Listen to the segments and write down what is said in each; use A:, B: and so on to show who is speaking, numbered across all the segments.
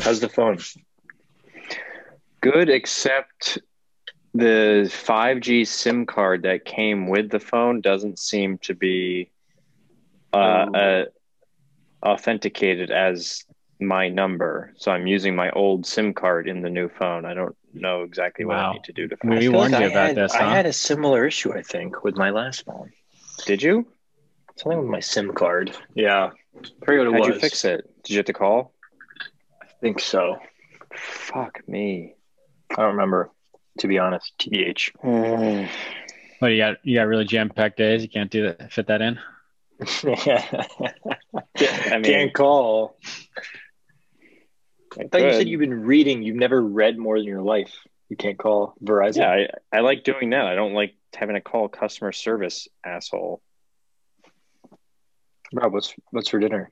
A: How's the phone?
B: Good, except the 5G SIM card that came with the phone doesn't seem to be uh,
A: Oh.
B: uh, authenticated as my number. So I'm using my old SIM card in the new phone. I don't know exactly what
C: Wow.
B: I need to do to
C: We
B: find it.
A: feel
C: warned
A: like
C: you
A: I
C: about
A: had-
C: this, huh?
A: I had a similar issue, I think, with my last phone.
B: Did you?
A: Something with my SIM card.
B: Yeah.
A: I forget what it
B: How'd
A: was.
B: you fix it? Did you have to call?
A: I think so.
B: Fuck me.
A: I don't remember, to be honest. TBH.
C: What you got? You got really jam packed days. You can't do that. Fit that in.
B: I mean,
A: Can't call. I thought you
B: could.
A: said you've been reading. You've never read more than your life. You can't call Verizon.
B: Yeah, I, I like doing that. I don't like having to call customer service asshole.
A: Rob, what's what's for dinner?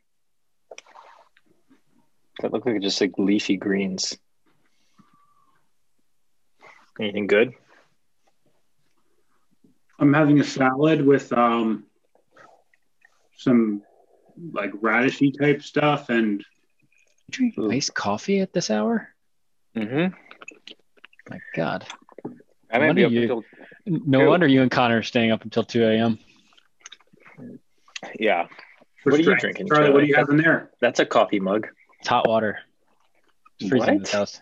A: That looked like just like leafy greens. Anything good?
D: I'm having a salad with um, some like radishy type stuff and
C: Drink iced coffee at this hour?
B: Mm-hmm.
C: My God.
B: I might
C: What
B: be
C: are
B: up
C: you-
B: until
C: No
B: Ew.
C: wonder you and Connor are staying up until 2 a.m.
B: yeah.
A: What are you
D: strength.
A: drinking,
D: Charlie? What do you
A: Charlie?
D: have in there?
A: That's a coffee mug.
C: It's hot water. It's freezing in
A: What?
C: this house.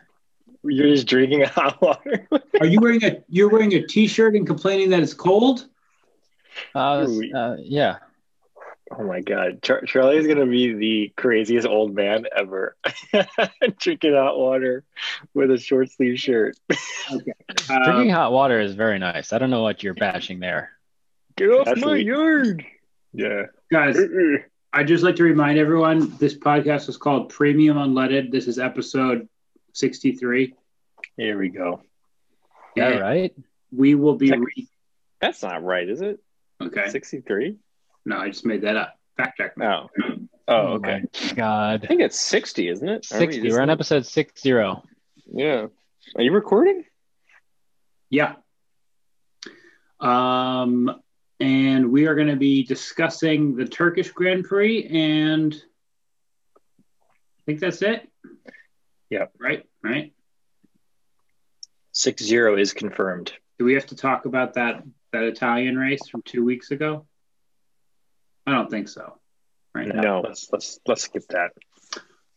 A: You're just drinking hot water.
D: Are you wearing a you're wearing a t-shirt and complaining that it's cold?
C: Uh,
A: Ooh.
C: uh, yeah.
A: Oh my god, Char- Charlie is gonna be the craziest old man ever, drinking hot water with a short sleeve shirt.
C: Drinking hot water is very nice. I don't know what you're bashing there.
A: Get off
B: That's
A: my
B: weak.
A: yard! Yeah.
D: Uh, Guys,
A: Uh-uh.
D: I'd just like to remind everyone this podcast is called Premium Unleaded. This is episode 63.
A: Here we go.
C: Is that
D: And
C: right?
D: We will be.
B: Check.
D: Re-
B: That's not right, is it?
D: okay.
B: 63?
D: No, I just made that up. Fact check.
B: No. Oh, okay.
C: my
B: I
C: God.
B: think it's 60, isn't it? Aren't we
C: 60.
B: just-
C: We're on episode 60.
B: Yeah. Are you recording?
D: Yeah. Um, and we are going to be discussing the Turkish Grand Prix, and I think that's it.
A: Yeah.
D: Right. Right.
A: Six zero is confirmed.
D: Do we have to talk about that that Italian race from two weeks ago? I don't think so. Right.
B: No.
A: Let's let's let's skip that.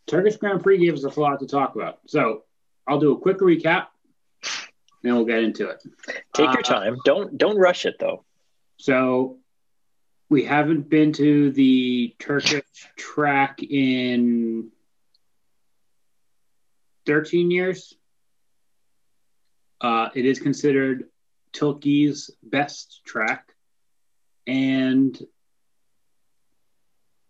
D: Turkish Grand Prix gave us a lot to talk about. So I'll do a quick recap, then we'll get into it.
A: Take
D: Uh,
A: your time. Don't don't rush it though.
D: So we haven't been to the Turkish track in 13 years. Uh, it is considered Tilkey's best track. And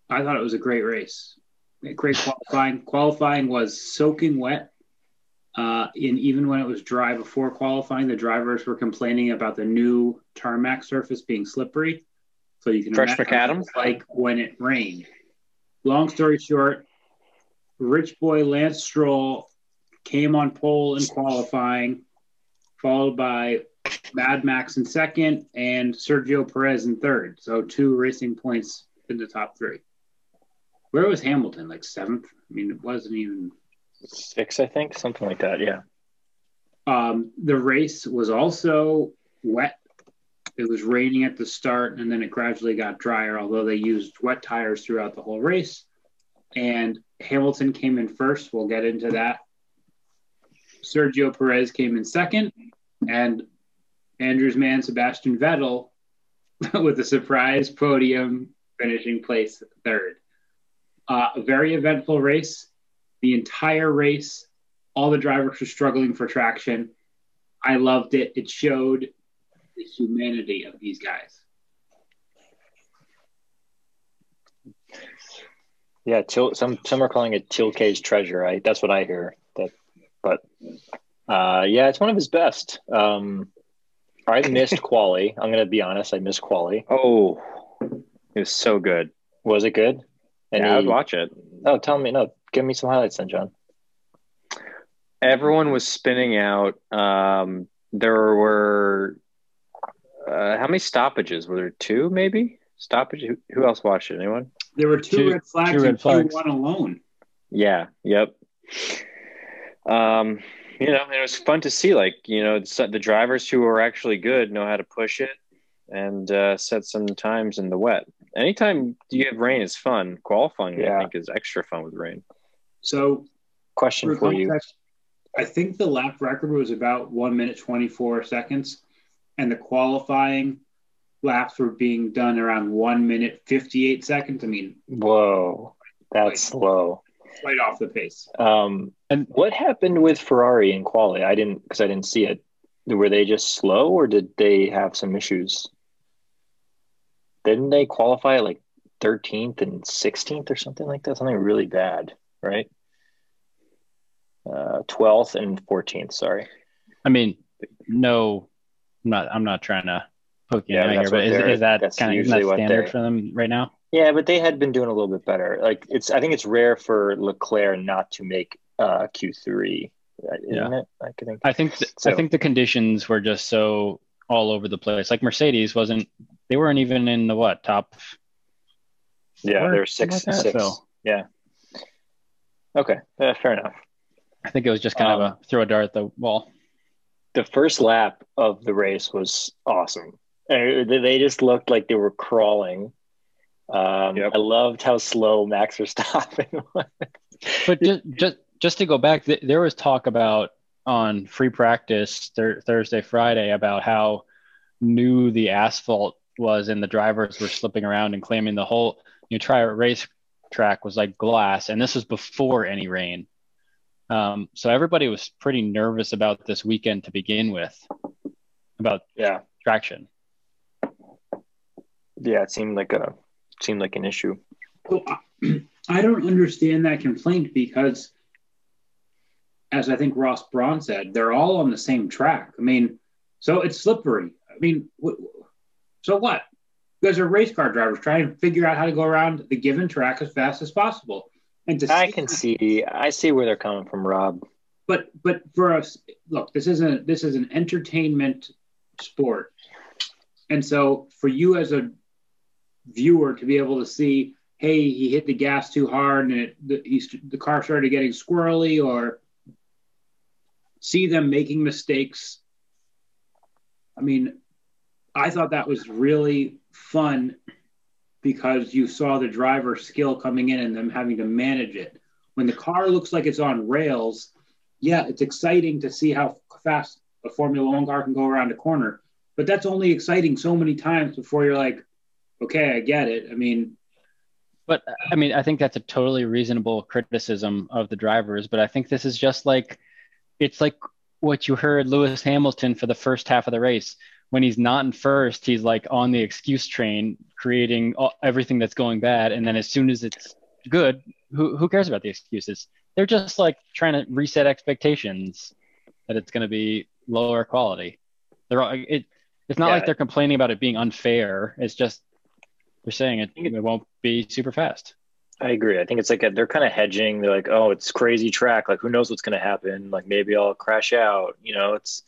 D: I thought it was a great race. A Great qualifying. qualifying was soaking wet. Uh, and even when it was dry before qualifying, the drivers were complaining about the new tarmac surface being slippery. So you can
B: Fresh
D: imagine
B: McAdam?
D: what it's like when it rained. Long story short, rich boy Lance Stroll came on pole in qualifying, followed by Mad Max in second and Sergio Perez in third. So two racing points in the top three. Where was Hamilton? Like seventh? I mean, it wasn't even.
A: Six, I think, something like that. Yeah.
D: Um, the race was also wet. It was raining at the start and then it gradually got drier, although they used wet tires throughout the whole race. And Hamilton came in first. We'll get into that. Sergio Perez came in second. And Andrew's man, Sebastian Vettel, with a surprise podium, finishing place third. Uh, a very eventful race. The entire race, all the drivers were struggling for traction. I loved it. It showed the humanity of these guys.
A: Yeah, Til, some some are calling it Tilke's treasure. I that's what I hear. That, but uh, yeah, it's one of his best. Um, I missed Quali. I'm gonna be honest. I missed Quali.
B: Oh, it was so good.
A: Was it good?
B: And
A: And
B: yeah, I'd watch it.
A: Oh, tell me. No, give me some highlights then, John.
B: everyone was spinning out. Um, there were uh, how many stoppages? Were there two, maybe? Stoppage. Who, who else watched it? Anyone?
D: There were two,
C: Two-
D: red flags
C: two red
D: and
C: flags.
D: two one alone.
B: Yeah. Yep. um, you know, it was fun to see. Like, you know, so- the drivers who are actually good know how to push it and uh, set some times in the wet. Anytime you have rain is fun. Qualifying,
A: Yeah.
B: I think, is extra fun with rain.
D: So
A: Question for you.
D: context, I think the lap record was about one minute twenty four seconds, and the qualifying laps were being done around one minute fifty eight seconds. I mean,
A: Whoa, that's slow.
D: right off the pace.
A: Um,
C: And
A: what happened with Ferrari in quali? I didn't because I didn't see it. Were they just slow, or did they have some issues? Didn't they qualify like thirteenth and sixteenth or something like that? Something really bad, right? Uh, Twelfth and fourteenth. Sorry.
C: I mean, no, I'm not. I'm not trying to poke you
A: Yeah,
C: out here,
A: that's what
C: but is,
A: they're-
C: is that
A: that's
C: kind of
A: usually what
C: standard
A: they-
C: for them right now?
A: Yeah, but they had been doing a little bit better. Like it's, I think it's rare for Leclerc not to make uh, Q three, uh, isn't
C: Yeah.
A: it? I think.
C: I think. Th-
A: So-
C: I think the conditions were just so all over the place. Like Mercedes wasn't. They weren't even in the what top.
A: Yeah,
C: four,
A: they're
C: something
A: six,
C: like that?
A: six.
C: So
A: Okay, uh, fair enough.
C: I think it was just kind
A: Um,
C: of a throw a dart at the wall.
A: the first lap of the race was awesome. Uh, They they just looked like they were crawling. Um,
B: Yep.
A: I loved how slow Max Verstappen was.
C: But just just just to go back, th- there was talk about on free practice thir- Thursday, Friday about how new the asphalt was, and the drivers were slipping around and claiming the whole you know, try race track was like glass, and this was before any rain. Um, so everybody was pretty nervous about this weekend to begin with, about
A: Yeah,
C: traction.
A: yeah. It seemed like a seemed like an issue.
D: So I- I don't understand that complaint because, as I think Ross Braun said, they're all on the same track. I mean, so it's slippery. I mean, wh- so what? You guys are race car drivers. Try and figure out how to go around the given track as fast as possible. And to
A: I can see. I see where they're coming from, Rob.
D: but but for us look this isn't this is an entertainment sport and so for you as a viewer to be able to see hey he hit the gas too hard and it, the, he, st- the car started getting squirrely or see them making mistakes i mean i thought that was really fun because you saw the driver's skill coming in and them having to manage it when the car looks like it's on rails yeah, it's exciting to see how fast a Formula One car can go around a corner, but that's only exciting so many times before you're like, okay, I get it. I mean,
C: But uh, I mean, I think that's a totally reasonable criticism of the drivers. But I think this is just like, it's like what you heard Lewis Hamilton for the first half of the race. When he's not in first, he's like on the excuse train, creating all, everything that's going bad. And then as soon as it's good, who, who cares about the excuses? They're just like trying to reset expectations that it's going to be lower quality. They're all, it, it's not
A: Yeah.
C: like they're complaining about it being unfair. It's just they're saying it,
A: think
C: it won't be super fast.
A: I agree. I think it's like a, they're kind of hedging. They're like, oh, it's crazy track. Like, who knows what's going to happen? Like, maybe I'll crash out. You know, it's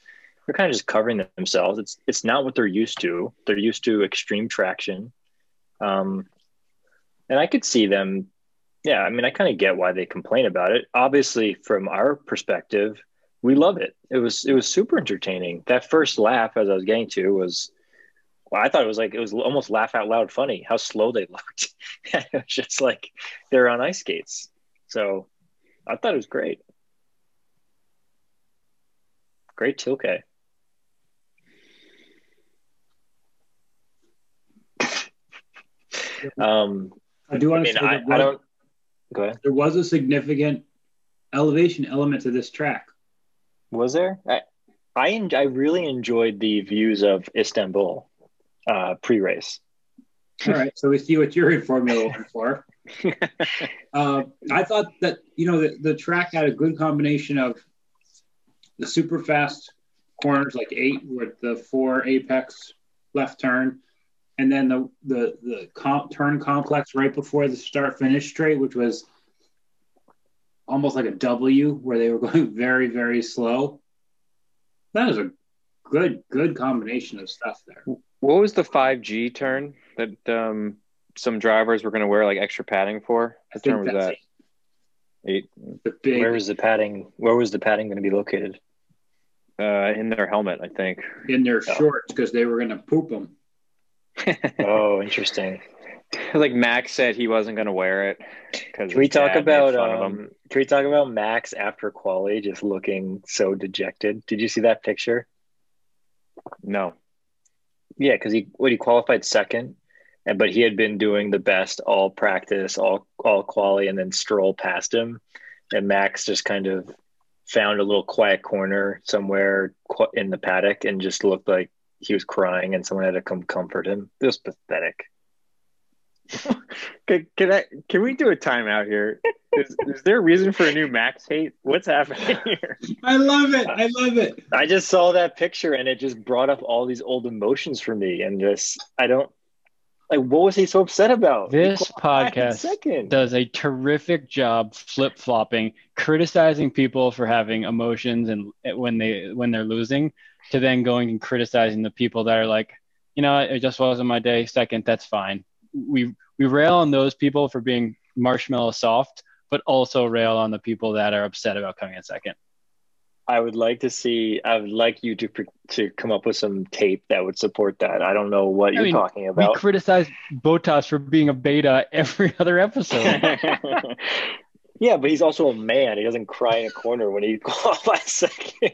A: they're kind of just covering themselves. It's it's not what they're used to. They're used to extreme traction. Um, and I could see them. Yeah, I mean, I kind of get why they complain about it. Obviously, from our perspective, we love it. It was it was super entertaining. That first laugh, as I was getting to, was. Well, I thought it was like it was almost laugh out loud funny how slow they looked. it was just like they're on ice skates. So I thought it was great. Great Tilke. Um,
D: I do
A: I
D: want to
A: mean,
D: say
A: I,
D: that
A: I
D: there-
A: don't. Go ahead.
D: there was a significant elevation element to this track.
A: Was there? I I, en- I really enjoyed the views of Istanbul uh, pre-race.
D: All right, so we see what you're in Formula One for. uh, I thought that you know the, the track had a good combination of the super fast corners, like eight with the four apex left turn, and then the the the comp, turn complex right before the start finish straight, which was almost like a W, where they were going very very slow. That was a good good combination of stuff there.
B: What was the 5G turn that um, some drivers were going to wear like extra padding for? What turn was that?
D: it.
B: Eight,
D: The big
A: Where was the padding? Where was the padding going to be located?
B: uh, in their helmet, I think.
D: in their
A: Yeah.
D: shorts because they were going to poop them.
A: Oh, interesting.
B: like Max said, he wasn't going to wear it because
A: Can we talk about um, Can we talk about Max after Quali just looking so dejected? Did you see that picture?
B: No,
A: Yeah, because he what he qualified second, and but he had been doing the best all practice, all all quali, and then Stroll passed him, and Max just kind of found a little quiet corner somewhere qu- in the paddock and just looked like he was crying, and someone had to come comfort him. It was pathetic.
B: can, can I? Can we do a timeout here? Is, is there a reason for a new Max hate? What's happening here?
D: I love it. I love it.
A: I just saw that picture and it just brought up all these old emotions for me, and just I don't like what was he so upset about? He
C: This
A: qualified
C: podcast
A: second.
C: does a terrific job flip flopping, criticizing people for having emotions and when they when they're losing, to then going and criticizing the people that are like, you know, it just wasn't my day. Second, that's fine. We we rail on those people for being marshmallow soft, but also rail on the people that are upset about coming in second.
A: I would like to see. I would like you to pr- to come up with some tape that would support that. I don't know what
C: I
A: you're
C: mean,
A: talking
C: We
A: about.
C: criticize Botas for being a beta every other episode.
A: yeah, but he's also a man. He doesn't cry in a corner when he qualifies second.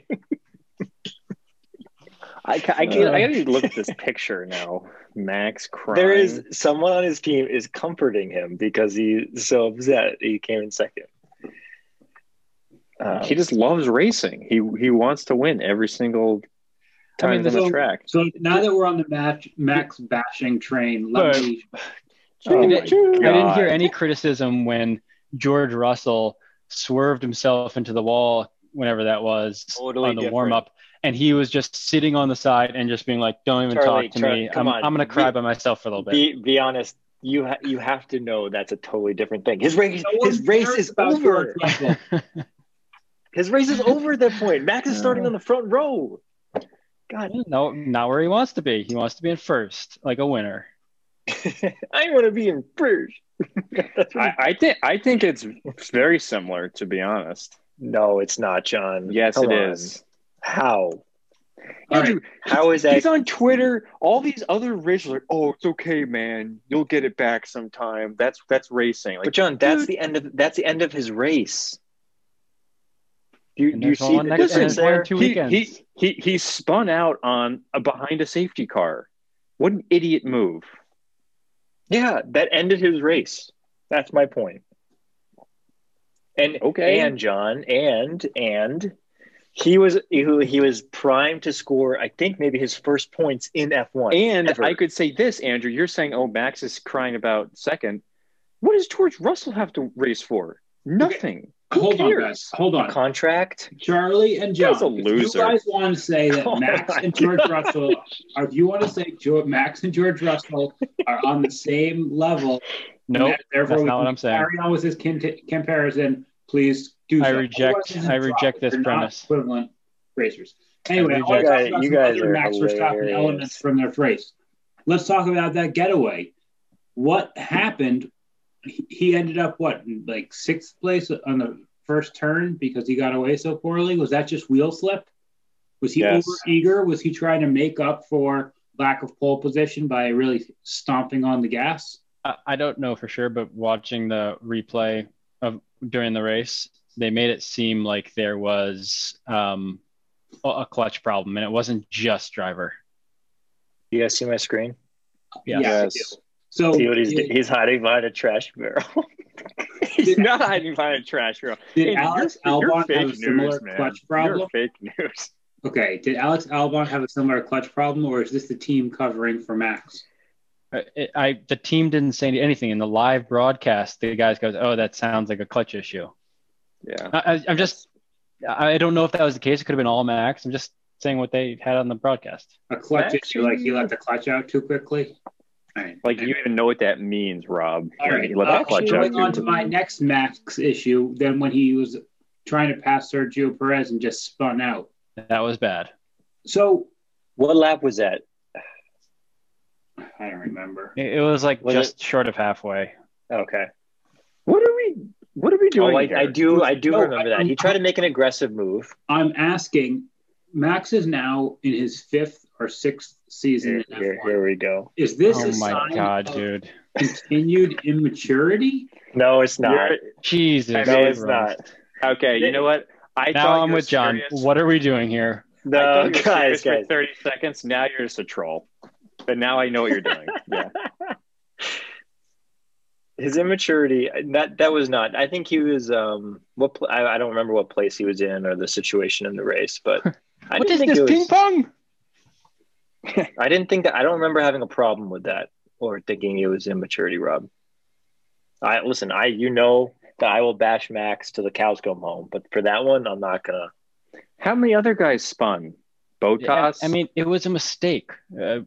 B: I, ca- I, can't- I gotta
C: Uh,
B: look at this picture now. Max crying.
A: There is someone on his team is comforting him because he's so upset he came in second. Um,
B: Uh, He just loves racing. He he wants to win every single
C: I
B: time
C: mean,
B: on
C: this-
B: the track.
D: So now that we're on the match, Max bashing train, let
C: Right.
D: me
B: Oh my
C: I I didn't
B: God.
C: hear any criticism when George Russell swerved himself into the wall, whenever that was,
A: Totally
C: on the
A: different.
C: warm up. And he was just sitting on the side and just being like, don't even
A: Charlie,
C: talk to
A: Charlie,
C: me.
A: come
C: I'm,
A: on.
C: I'm going to cry by myself for a little bit.
A: be be honest. You ha- you have to know that's a totally different thing. His race
D: No one
A: his race
D: cares
A: is
D: about
A: over.
D: George Russell.
A: His race is over at that point. Max is starting on the front row. God,
C: no, not where he wants to be. He wants to be in first, like a winner.
A: I want to be in first.
B: I, I think I think it's very similar, to be honest.
A: no, it's not, John.
B: Yes,
A: Come
B: it
A: on.
B: is.
A: How?
D: All
B: Andrew,
A: How is that?
B: he's on Twitter. All these other racers, are like, oh, it's okay, man. You'll get it back sometime. That's that's racing.
A: but
B: Like,
A: John, that's the end of that's the end of his race. Do you,
C: And
A: do you
C: there's
A: see the
C: one next, and
A: difference
C: there's one in
A: there?
C: two
B: he,
C: weekends.
B: he he he spun out on uh, behind a safety car. What an idiot move!
A: Yeah, that ended his race. That's my point. And
B: Okay.
A: and John and and he was he, he was primed to score. I think maybe his first points in F one.
B: And
A: Ever.
B: I could say this, Andrew. You're saying, oh, Max is crying about second. What does George Russell have to race for? Nothing. Who
D: hold on,
B: cares?
D: guys. Hold on.
A: contract.
D: Charlie and John,
B: Guy's a
D: if
B: loser.
D: you guys want to say that
A: Oh
D: Max
A: my
D: and George
A: gosh.
D: Russell, or if you want to say George, Max and George Russell are on the same level, and
C: nope.
D: that therefore
C: that's
D: we
C: not
D: can
C: what I'm saying.
D: carry on with this con- comparison, please do.
C: I
D: so.
C: reject-
D: Otherwise, this is
C: I
D: a drop.
C: reject this
D: They're not
C: premise.
D: Equivalent racers. Anyway,
A: I
D: I want to
A: reject-
D: talk about
A: You
D: some
A: guys
D: other
A: are
D: Max Verstappen
A: hilarious.
D: elements from their race. Let's talk about that getaway. What happened? He- He ended up what, like sixth place on the first turn because he got away so poorly? Was that just wheel slip? Was he
B: Yes.
D: over eager? Was he trying to make up for lack of pole position by really stomping on the gas?
C: I I don't know for sure, but watching the replay of during the race, they made it seem like there was um, a- a clutch problem, and it wasn't just driver.
A: You guys see my screen?
C: Yes.
D: Yeah. So
A: See what he's
D: did,
A: he's hiding behind a trash barrel.
B: He's not hiding behind a trash barrel.
D: did
B: Andrew,
D: Alex
B: you're- you're
D: Albon have
B: fake
D: a similar
B: news, man.
D: clutch
B: You're
D: problem?
B: fake news.
D: Okay, did Alex Albon have a similar clutch problem, or is this the team covering for Max?
C: I, I the team didn't say anything in the live broadcast. The guys goes, "Oh, that sounds like a clutch issue."
B: Yeah.
C: I, I, I'm just, I don't know if that was the case. It could have been all Max. I'm just saying what they had on the broadcast.
D: A clutch
B: Max,
D: issue, like he
B: you-
D: let the clutch out too quickly. All right.
B: Like you even know what that means, Rob.
D: All
B: When
D: right.
B: you let
D: uh,
B: that clutch out
D: going on
B: too.
D: to my next Max issue, then when he was trying to pass Sergio Perez and just spun out.
C: That was bad.
D: So
A: what lap was that?
D: I don't remember.
C: It, it was like
A: Was
C: just short of halfway.
A: Okay.
B: What are we? What are we doing?
A: Oh, I,
B: here?
A: I do. I do
D: No,
A: remember that.
D: I'm-
A: He tried to make an aggressive move.
D: I'm asking. Max is now in his fifth or sixth season
A: Here,
D: in
A: here,
D: F1.
A: here we go.
D: Is this
C: oh
D: a
C: my
D: sign
C: god,
D: of
C: dude.
D: continued immaturity?
A: No, it's not.
B: You're-
C: Jesus.
B: No,
A: it's
C: Christ.
B: okay, you know what? I thought
C: Now I'm
B: you were
C: with John.
B: serious.
C: What are we doing here?
B: I thought
A: No,
B: you were
A: guys,
B: serious for
A: guys.
B: thirty seconds. Now you're just a troll. But now I know what you're doing. yeah.
A: His immaturity. That that was not. I think he was. Um. What? Pl- I, I don't remember what place he was in or the situation in the race, but I
C: what
A: didn't think
C: is this
A: it
C: ping
A: was.
C: pong?
A: I didn't think that. I don't remember having a problem with that or thinking it was immaturity, Rob. I listen. I you know that I will bash Max till the cows come home, but for that one, I'm not gonna.
B: How many other guys spun? Botas.
C: Yeah, I mean, it was a mistake. Uh,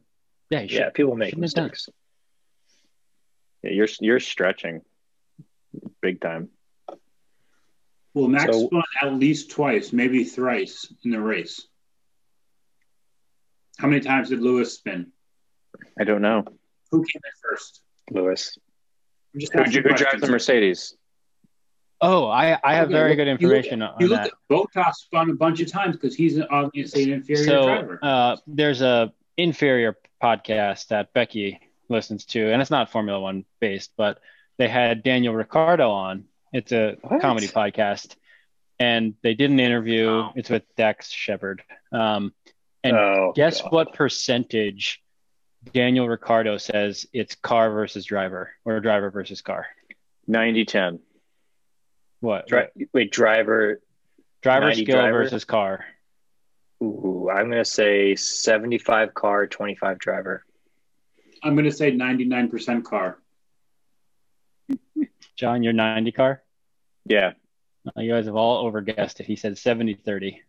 C: yeah, you should-
A: yeah, people make
C: shouldn't have done
A: mistakes.
B: Yeah, you're you're stretching, big time.
D: Well, Max
A: So-
D: spun at least twice, maybe thrice in the race. How many times did Lewis spin?
B: I don't know.
D: Who came in first?
A: Lewis.
D: I'm just
B: Who,
D: asking
B: who drives
D: questions.
B: the Mercedes?
C: Oh, I, I have
D: Okay,
C: very
D: look-
C: good
D: you look-
C: information
D: You
C: on
D: look
C: that.
D: at Botas spun a bunch of times because he's an- obviously an inferior
C: so
D: driver.
C: uh, there's a inferior podcast that Becky listens to, and it's not Formula One based, but they had Daniel Ricardo on. It's a
B: What?
C: comedy podcast, and they did an interview.
D: Wow.
C: It's with Dax Shepard. Um, and
A: oh,
C: guess
A: God.
C: what percentage Daniel Ricardo says it's car versus driver or driver versus car?
B: 90-10.
C: What
A: Dri- wait, driver.
C: driver
A: 90
C: skill
A: driver?
C: versus car?
A: Ooh, I'm gonna say 75 car, 25 driver.
D: I'm going to say 99% car.
C: John, your 90 car.
B: Yeah.
C: Uh, you guys have all overguessed it. He said 70 30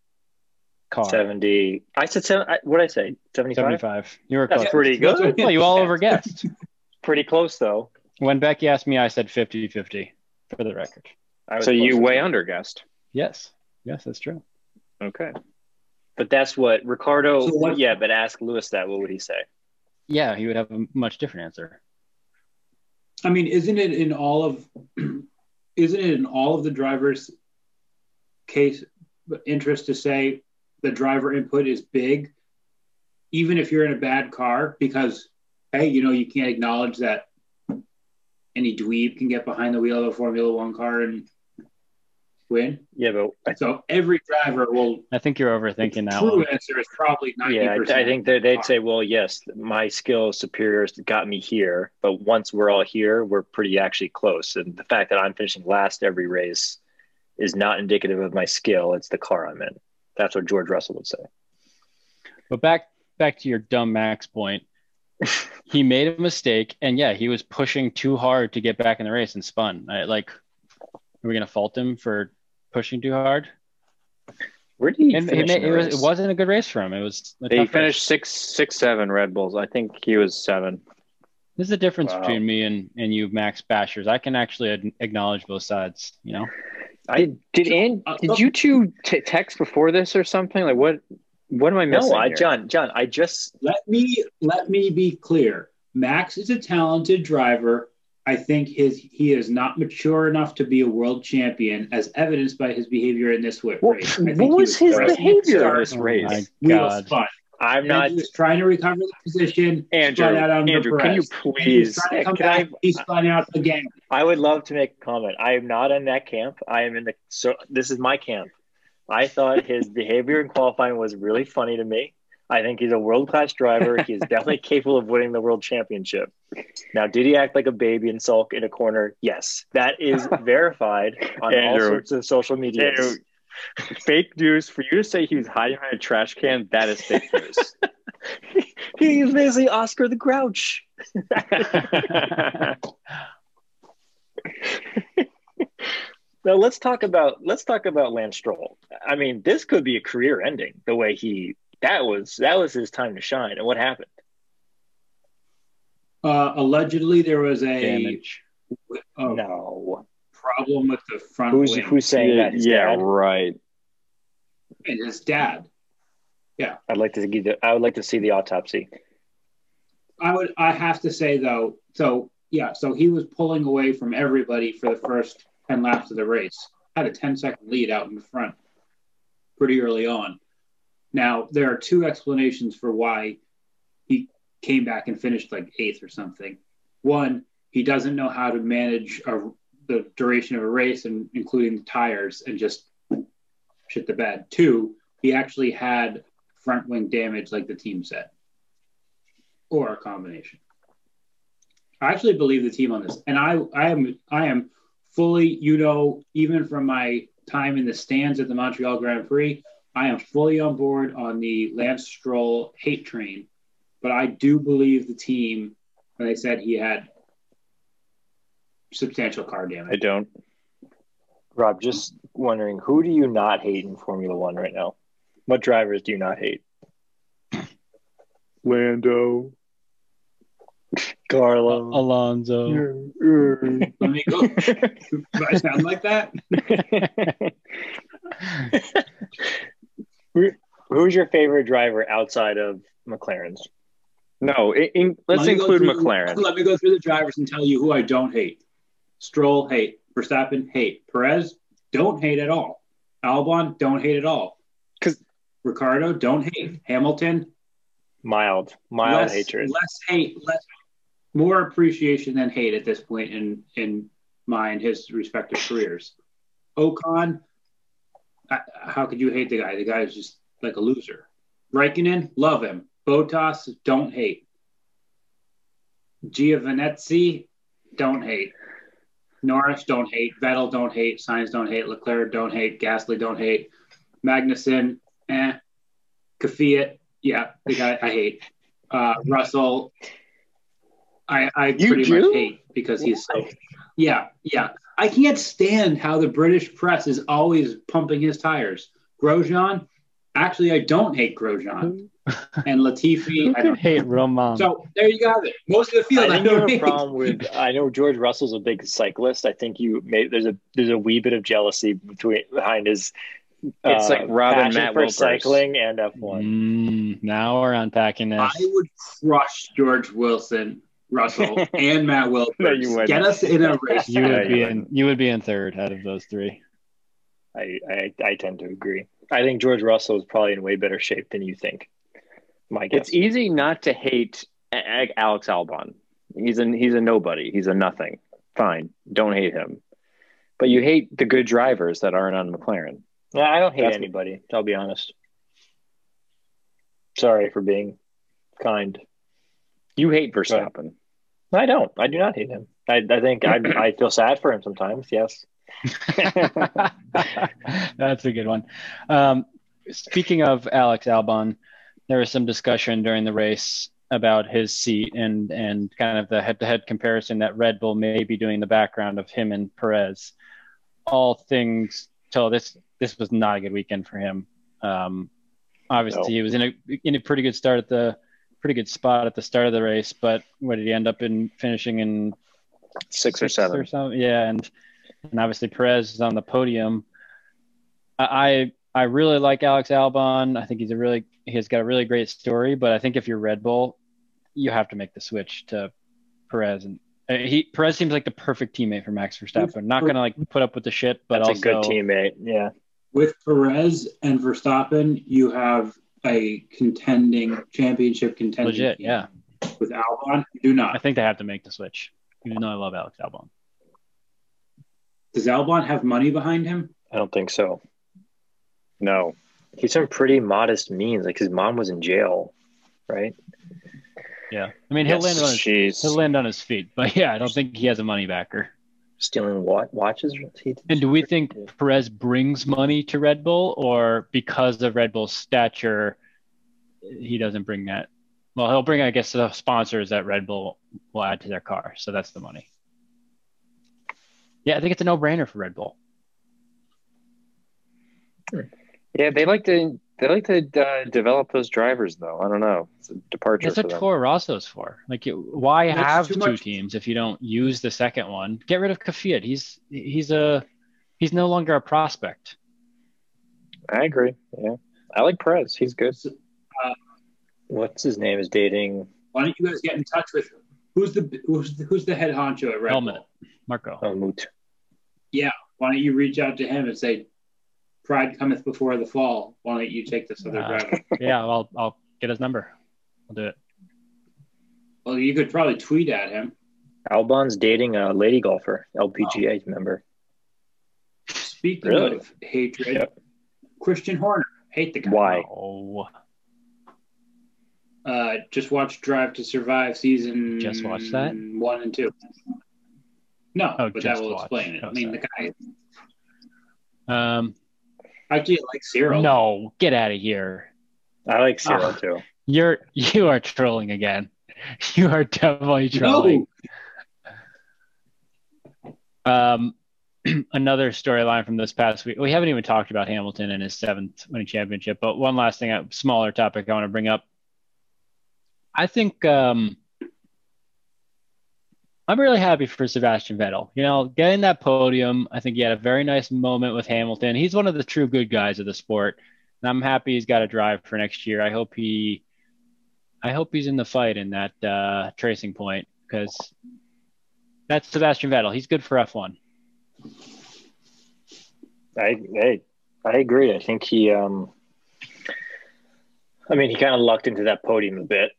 C: car.
A: 70. I said seven. I, what did I say? 75.
C: 75. You were
A: That's
C: close.
A: pretty good.
C: Well, you all overguessed.
A: Pretty close though.
C: when Becky asked me, I said 50 50 for the record.
A: I was
B: So you
A: close.
B: way underguessed.
C: Yes. Yes, that's true.
B: Okay.
A: But that's what Ricardo.
D: So what-
A: yeah, but ask Lewis that. What would he say?
C: Yeah, he would have a much different answer.
D: I mean, isn't it in all of isn't it in all of the drivers' case interest to say the driver input is big, even if you're in a bad car, because hey, you know you can't acknowledge that any dweeb can get behind the wheel of a Formula One car and win.
A: Yeah, but
D: So every driver will.
C: I think you're overthinking that
D: true
C: one.
D: answer is probably ninety
A: yeah,
D: percent.
A: I, I think that they'd say, well, yes, my skill superiors got me here, but once we're all here, we're pretty actually close. And the fact that I'm finishing last every race is not indicative of my skill. It's the car I'm in. That's what George Russell would say.
C: But back back to your dumb Max point. he made a mistake, and yeah, he was pushing too hard to get back in the race and spun. I, like, are we going to fault him for pushing too hard?
A: Where did he
C: And he
A: finish?
C: ma-
A: in the
C: it, was,
A: race?
C: it wasn't a good race for him. It was
B: He
C: a tough race.
B: finished six six seven Red Bulls. I think he was seven.
C: This is the difference
A: Wow.
C: between me and, and you, Max Bashers. I can actually ad- acknowledge both sides, you know?
A: I
B: Did and
D: Uh,
B: did you two t- text before this or something? Like what? What am I missing?
A: no, I,
B: here?
A: John, John, I just
D: let me let me be clear. Max is a talented driver. I think his he is not mature enough to be a world champion, as evidenced by his behavior in this wi-
B: What,
D: race. I
B: what
D: think he
B: was his
D: driving
B: behavior in
D: hard,
B: this race?
C: Oh my
D: Wheel
C: God.
D: spun.
A: I'm
D: And
A: not
D: he was trying to recover the position.
B: Andrew,
D: spun out on
B: Andrew, can you
D: Perez. He was
B: please? eh,
D: trying to
A: Yeah,
D: come
A: can I-
D: back. He spun out again.
A: I would love to make a comment. I am not in that camp. I am in the so this is my camp. I thought his behavior in qualifying was really funny to me. I think he's a world class driver. He is definitely capable of winning the world championship. Now, did he act like a baby and sulk in a corner? Yes, that is verified on all
B: Andrew.
A: sorts of social media.
B: Andrew, fake news for you to say he was hiding behind a trash can. That is fake news.
A: He is basically Oscar the Grouch. Now let's talk about let's talk about Lance Stroll. I mean, this could be a career ending. The way he that was that was his time to shine, and what happened?
D: Uh, allegedly, there was a,
C: Damage.
D: a
A: No,
D: problem with the front
A: who's
D: wing.
A: who's saying that? His
B: yeah,
A: dad?
B: right.
D: and his dad.
A: I'd like to get. the- I would like to see the autopsy.
D: I would I have to say though, so yeah, so he was pulling away from everybody for the first 10 laps of the race. Had a 10 second lead out in the front pretty early on. Now, there are two explanations for why he came back and finished like eighth or something. One, he doesn't know how to manage a, the duration of a race and including the tires and just shit the bed. Two, he actually had front wing damage like the team said, or a combination. I actually believe the team on this, and I, I am, I am fully, you know, even from my time in the stands at the Montreal Grand Prix, I am fully on board on the Lance Stroll hate train. But I do believe the team, when they said he had substantial car
B: I
D: damage.
B: don't.
A: Rob, just wondering, who do you not hate in Formula One right now? What drivers do you not hate?
B: Lando.
A: Carlo.
C: Alonso.
D: Let me go. Do I sound like that?
A: Who's your favorite driver outside of McLaren's?
B: no, in, in, let's
D: Let me go
B: include
D: through-
B: McLaren.
D: Let me go through the drivers and tell you who I don't hate. Stroll, hate. Verstappen, hate. Perez, don't hate at all. Albon, don't hate at all.
B: 'Cause-
D: Ricardo, don't hate. Hamilton,
A: Mild, mild
D: less,
A: hatred.
D: less hate, less, more appreciation than hate at this point in in my and his respective careers. Ocon, I, how could you hate the guy? The guy is just like a loser. Raikkonen, love him. Botas, don't hate. Giovinazzi, don't hate. Norris, don't hate. Vettel, don't hate. Sainz, don't hate. Leclerc, don't hate. Gasly, don't hate. Magnussen, eh. Kvyat, yeah, the guy I hate. Uh, Russell, I, I
B: You
D: pretty
B: do?
D: much hate because he's so. Yeah, yeah. I can't stand how the British press is always pumping his tires. Grosjean, actually, I don't hate Grosjean. And Latifi,
C: Who
D: I
C: could
D: don't
C: hate Roman?
D: so there you got it. Most of the
A: I
D: field, I,
A: think you
D: don't
A: have a
D: hate.
A: problem with. I know George Russell's a big cyclist. I think you made there's a there's a wee bit of jealousy between behind his. uh,
B: It's like Rob and
A: passion
B: Matt
A: for
B: Wilpers.
A: cycling and F1.
C: Mm, now we're unpacking
D: I
C: this.
D: would crush George Wilson, Russell, and Matt Wilkins.
B: No, you wouldn't.
D: Get us in a race.
C: You
B: Yeah,
C: would be
B: you
C: in. You would be in third out of those three.
B: Mm-hmm.
A: I, I I tend to agree. I think George Russell is probably in way better shape than you think. My guess.
B: It's easy not to hate A- A- Alex Albon. He's a he's a nobody. He's a nothing. Fine, don't hate him. But you hate the good drivers that aren't on McLaren.
A: No, I don't hate
B: e- That's-
A: anybody. I'll be honest. Sorry for being kind.
B: You hate Verstappen.
A: I don't. I do not hate him. I, I think I, I feel sad for him sometimes. Yes.
C: That's a good one. Um, speaking of Alex Albon, there was some discussion during the race about his seat and and kind of the head-to-head comparison that Red Bull may be doing in the background of him and Perez. All things tell this this was not a good weekend for him. Um, obviously,
A: No.
C: he was in a in a pretty good start at the pretty good spot at the start of the race, but what did he end up in finishing in
B: Six or
C: sixth
B: seven.
C: or something. Yeah, and and obviously Perez is on the podium. I I I really like Alex Albon. I think he's a really he's got a really great story, but I think if you're Red Bull, you have to make the switch to Perez and uh, he Perez seems like the perfect teammate for Max Verstappen. Not gonna like put up with the shit, but
A: That's
C: also
A: a good teammate. Yeah.
D: With Perez and Verstappen, you have a contending championship contending.
C: legit.
D: team.
C: Yeah,
D: With Albon, you do
C: I
D: not.
C: think they have to make the switch. Even though I love Alex Albon,
D: Does Albon have money behind him?
A: I don't think so.
B: No,
A: He's from pretty modest means. Like his mom was in jail, right?
C: yeah. I mean, he'll
B: Yes,
C: land on his,
B: she's-
C: he'll land on his feet, but yeah, I don't think he has a money backer.
A: Stealing what watches? He,
C: And do we think Perez brings money to Red Bull, or because of Red Bull's stature, he doesn't bring that? Well, he'll bring, I guess, the sponsors that Red Bull will add to their car. So that's the money. Yeah, I think it's a no-brainer for Red Bull.
B: Yeah, they like to they like to uh, develop those drivers though. I don't know. It's a departure
C: That's
B: for
C: what
B: them.
C: Toro Rosso's for. Like, you- why
D: That's
C: have
D: too
C: two
D: much-
C: teams if you don't use the second one? Get rid of Kvyat. He's he's a he's no longer a prospect.
B: I agree. Yeah, I like Perez. He's good.
A: what's his name is dating?
D: Why don't you guys get in touch with Who's the who's the, who's the head honcho at Red
C: Helmet.
A: uh,
D: Bull?
C: Marco.
A: Oh, Moot.
D: Why don't you reach out to him and say, "Pride cometh before the fall." Why don't you take this other
C: Nah.
D: driver?
C: yeah, I'll I'll get his number. I'll do it.
D: Well, you could probably tweet at him.
A: Albon's dating a lady golfer, LPGA member.
D: Speaking
A: Really?
D: of hatred,
A: Yep.
D: Christian Horner, hate the guy.
A: Why?
C: Oh,
D: Uh, just watch Drive to Survive season.
C: Just watched that?
D: one and two. No,
C: Oh,
D: but that
C: just
D: will
C: watch.
D: explain it.
C: Oh,
D: I mean,
C: sorry.
D: the guy
C: um,
D: actually I like Cyril.
C: no, get out of here.
A: I like Cyril
C: Ah.
A: too.
C: You're you are trolling again. You are definitely trolling.
D: no,
C: Um, another storyline from this past week. We haven't even talked about Hamilton and his seventh winning championship, but one last thing, a smaller topic I want to bring up. I think um, I'm really happy for Sebastian Vettel. You know, getting that podium, I think he had a very nice moment with Hamilton. He's one of the true good guys of the sport, and I'm happy he's got a drive for next year. I hope he, I hope he's in the fight in that uh, tracing point because that's Sebastian Vettel. He's good for F1.
A: I I, I agree. I think he um I mean he kind of lucked into that podium a bit.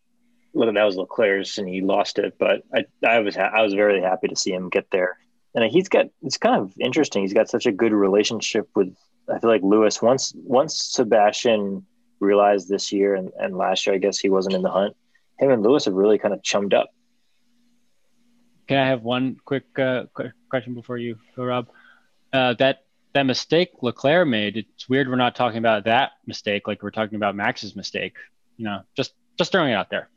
A: Look at that was Leclerc's and he lost it, but I I was ha- I was very happy to see him get there. And he's got it's kind of interesting. He's got such a good relationship with I feel like Lewis once once Sebastian realized this year and, and last year I guess he wasn't in the hunt. Him and Lewis have really kind of chummed up.
C: Can I have one quick uh, qu- question before you go, Rob? Uh, that that mistake Leclerc made. It's weird we're not talking about that mistake like we're talking about Max's mistake. You know, just just throwing it out there.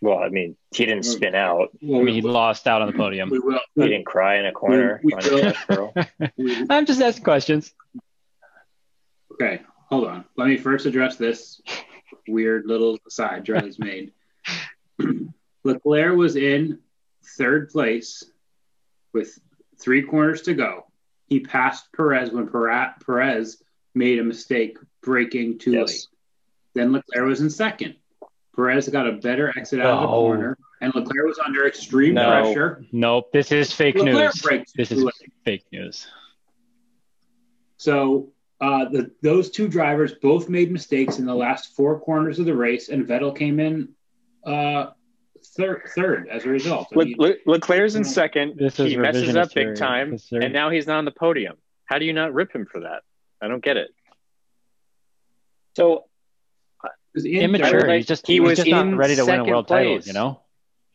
A: Well, I mean, he didn't spin out.
D: well,
C: I mean, he
D: we,
C: lost out on the podium.
D: we will.
A: He didn't cry in a corner.
D: We- we
A: on
D: will-
A: a curl.
D: we-
C: I'm just asking questions.
D: okay, hold on. Let me first address this weird little aside Charlie's made. Leclerc was in third place with three corners to go. He passed Perez when Pera- Perez made a mistake breaking too
A: Yes.
D: late. Then Leclerc was in second. Perez got a better exit out of the
C: No.
D: corner, and Leclerc was under extreme
B: No.
D: pressure.
C: Nope, this is fake
D: Leclerc
C: news.
D: breaks
C: This
D: too
C: is
D: late.
C: fake news.
D: So uh, the, those two drivers both made mistakes in the last four corners of the race, and Vettel came in uh, thir- third as a result. I
B: Le-
D: mean,
B: Le- Leclerc's in
D: No.
B: second.
C: This is
B: He messes
C: revisionist
B: up
C: theory.
B: big time,
C: This is-
B: and now he's not on the podium. How do you not rip him for that? I don't get it.
A: So
D: he was in
C: immature.
D: third
B: Like,
C: he's just
B: he
C: he was
B: was
C: just not
B: in
C: ready to win a
B: second
C: world title.
B: place.
C: You know.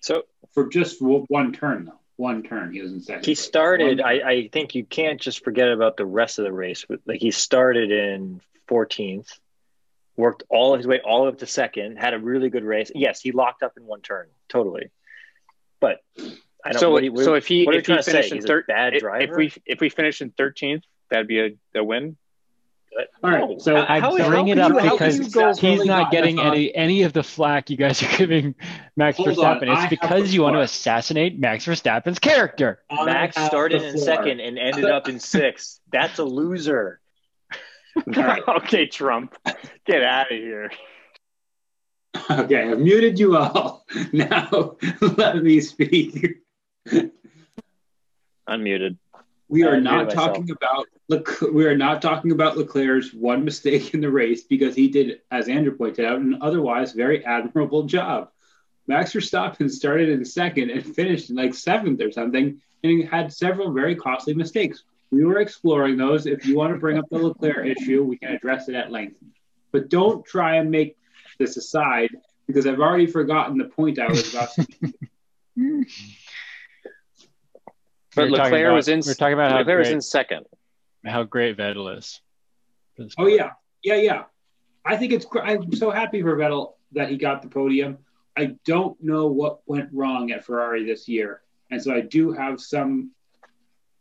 A: so
D: for just w- one turn though. One turn he was in second.
A: he
D: place.
A: started
D: One
A: I,
D: turn.
A: I think you can't just forget about the rest of the race but like he started in 14th worked all of his way all up to second had a really good race yes he locked up in one turn totally but i don't
B: So,
A: what do you- what-
B: so if he
A: what are you
B: if he
A: trying to say
B: finished in
A: he's
B: third,
A: a bad
B: if,
A: driver
B: if we if we finish in thirteenth, that'd be a, a win.
D: All right,
A: No.
D: so
C: I
A: How-
C: bring
A: how
C: it
A: could
C: up
A: you- how could
C: because
A: you go
C: he's
D: really
C: not
D: not
C: getting
D: enough on-
C: any any of the flack you guys are giving Max
D: Hold on,
C: Verstappen.
D: I
C: It's
D: have
C: because
D: the
C: you want to
D: floor.
C: assassinate Max Verstappen's character.
D: I
A: max
D: have
A: started
D: the
A: in
D: floor.
A: second and ended up in sixth that's a loser
D: All right.
B: okay, Trump, get out of here.
D: Okay, I've muted you all. Now let me speak.
B: Unmuted.
D: We
A: I
D: are
A: muted
D: not
A: myself.
D: talking about Lec- we are not talking about Leclerc's one mistake in the race because he did, as Andrew pointed out, an otherwise very admirable job. Max Verstappen started in second and finished in like seventh or something, and he had several very costly mistakes. We were exploring those. If you want to bring up the Leclerc issue, we can address it at length. But don't try and make this aside because I've already forgotten the point I was about to
B: But
C: We were talking
B: Leclerc
C: about-
B: was in.
C: We are talking about how
B: Leclerc was
C: Ah, great,
B: in second.
C: how great Vettel is. for this
D: Oh
C: sport.
D: yeah, yeah, yeah. I think it's. gr- I'm so happy for Vettel that he got the podium. I don't know what went wrong at Ferrari this year, and so I do have some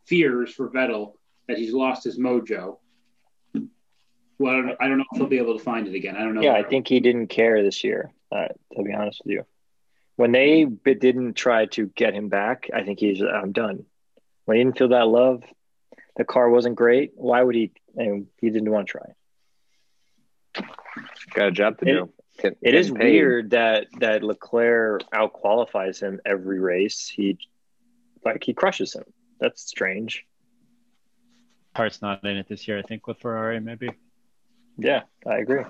D: fears for Vettel that he's lost his mojo. Well, I don't know, I don't know if he'll be able to find it again. I don't know.
A: Yeah,
D: where-
A: I think he didn't care this year. Uh, to be honest with you, when they b- didn't try to get him back, I think he's uh, I'm done. When he didn't feel that love, the car wasn't great. Why would he? And he didn't want to try.
B: Got a job to
A: It-
B: do. Get-
A: It is
B: getting paid.
A: weird that that Leclerc outqualifies him every race. He like he crushes him. That's strange.
C: Hart's not in it this year, I think, with Ferrari, maybe.
A: Yeah, I agree.